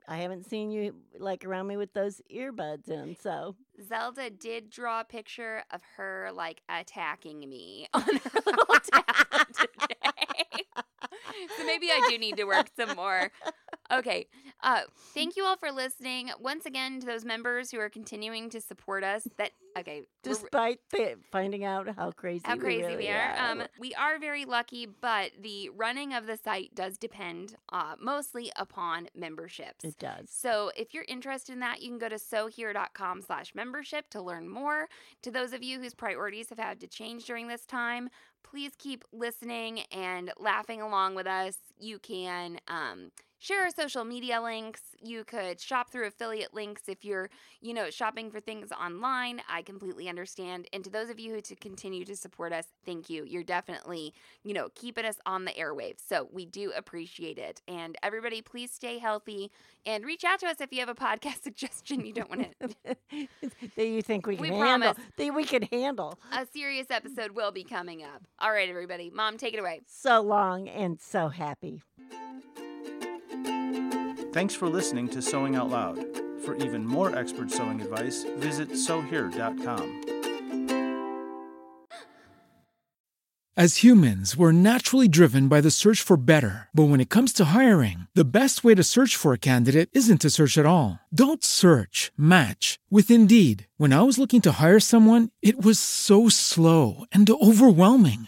Speaker 3: I haven't seen you like around me with those earbuds in. So
Speaker 1: Zelda did draw a picture of her like attacking me on her little tablet today. so maybe I do need to work some more. Okay. Uh, thank you all for listening. Once again, to those members who are continuing to support us, that, okay. we're-
Speaker 3: despite the, finding out how crazy
Speaker 1: how
Speaker 3: we
Speaker 1: crazy
Speaker 3: really
Speaker 1: we are. Um, we are very lucky, but the running of the site does depend uh, mostly upon memberships.
Speaker 3: it does.
Speaker 1: So if you're interested in that, you can go to sohere.com slash membership to learn more. To those of you whose priorities have had to change during this time, please keep listening and laughing along with us. You can um, share our social media links. You could shop through affiliate links if you're, you know, shopping for things online. I completely understand. And to those of you who to continue to support us, thank you. You're definitely you know, keeping us on the airwaves. So we do appreciate it. And everybody, please stay healthy and reach out to us if you have a podcast suggestion you don't want to.
Speaker 3: that you think we can
Speaker 1: We
Speaker 3: handle?
Speaker 1: promise.
Speaker 3: That we can handle.
Speaker 1: A serious episode will be coming up. All right, everybody. Mom, take it away.
Speaker 3: So long and so happy.
Speaker 2: Thanks for listening to Sewing Out Loud. For even more expert sewing advice, visit sewhere.com.
Speaker 4: As humans, we're naturally driven by the search for better. But when it comes to hiring, the best way to search for a candidate isn't to search at all. Don't search, match with Indeed. When I was looking to hire someone, it was so slow and overwhelming.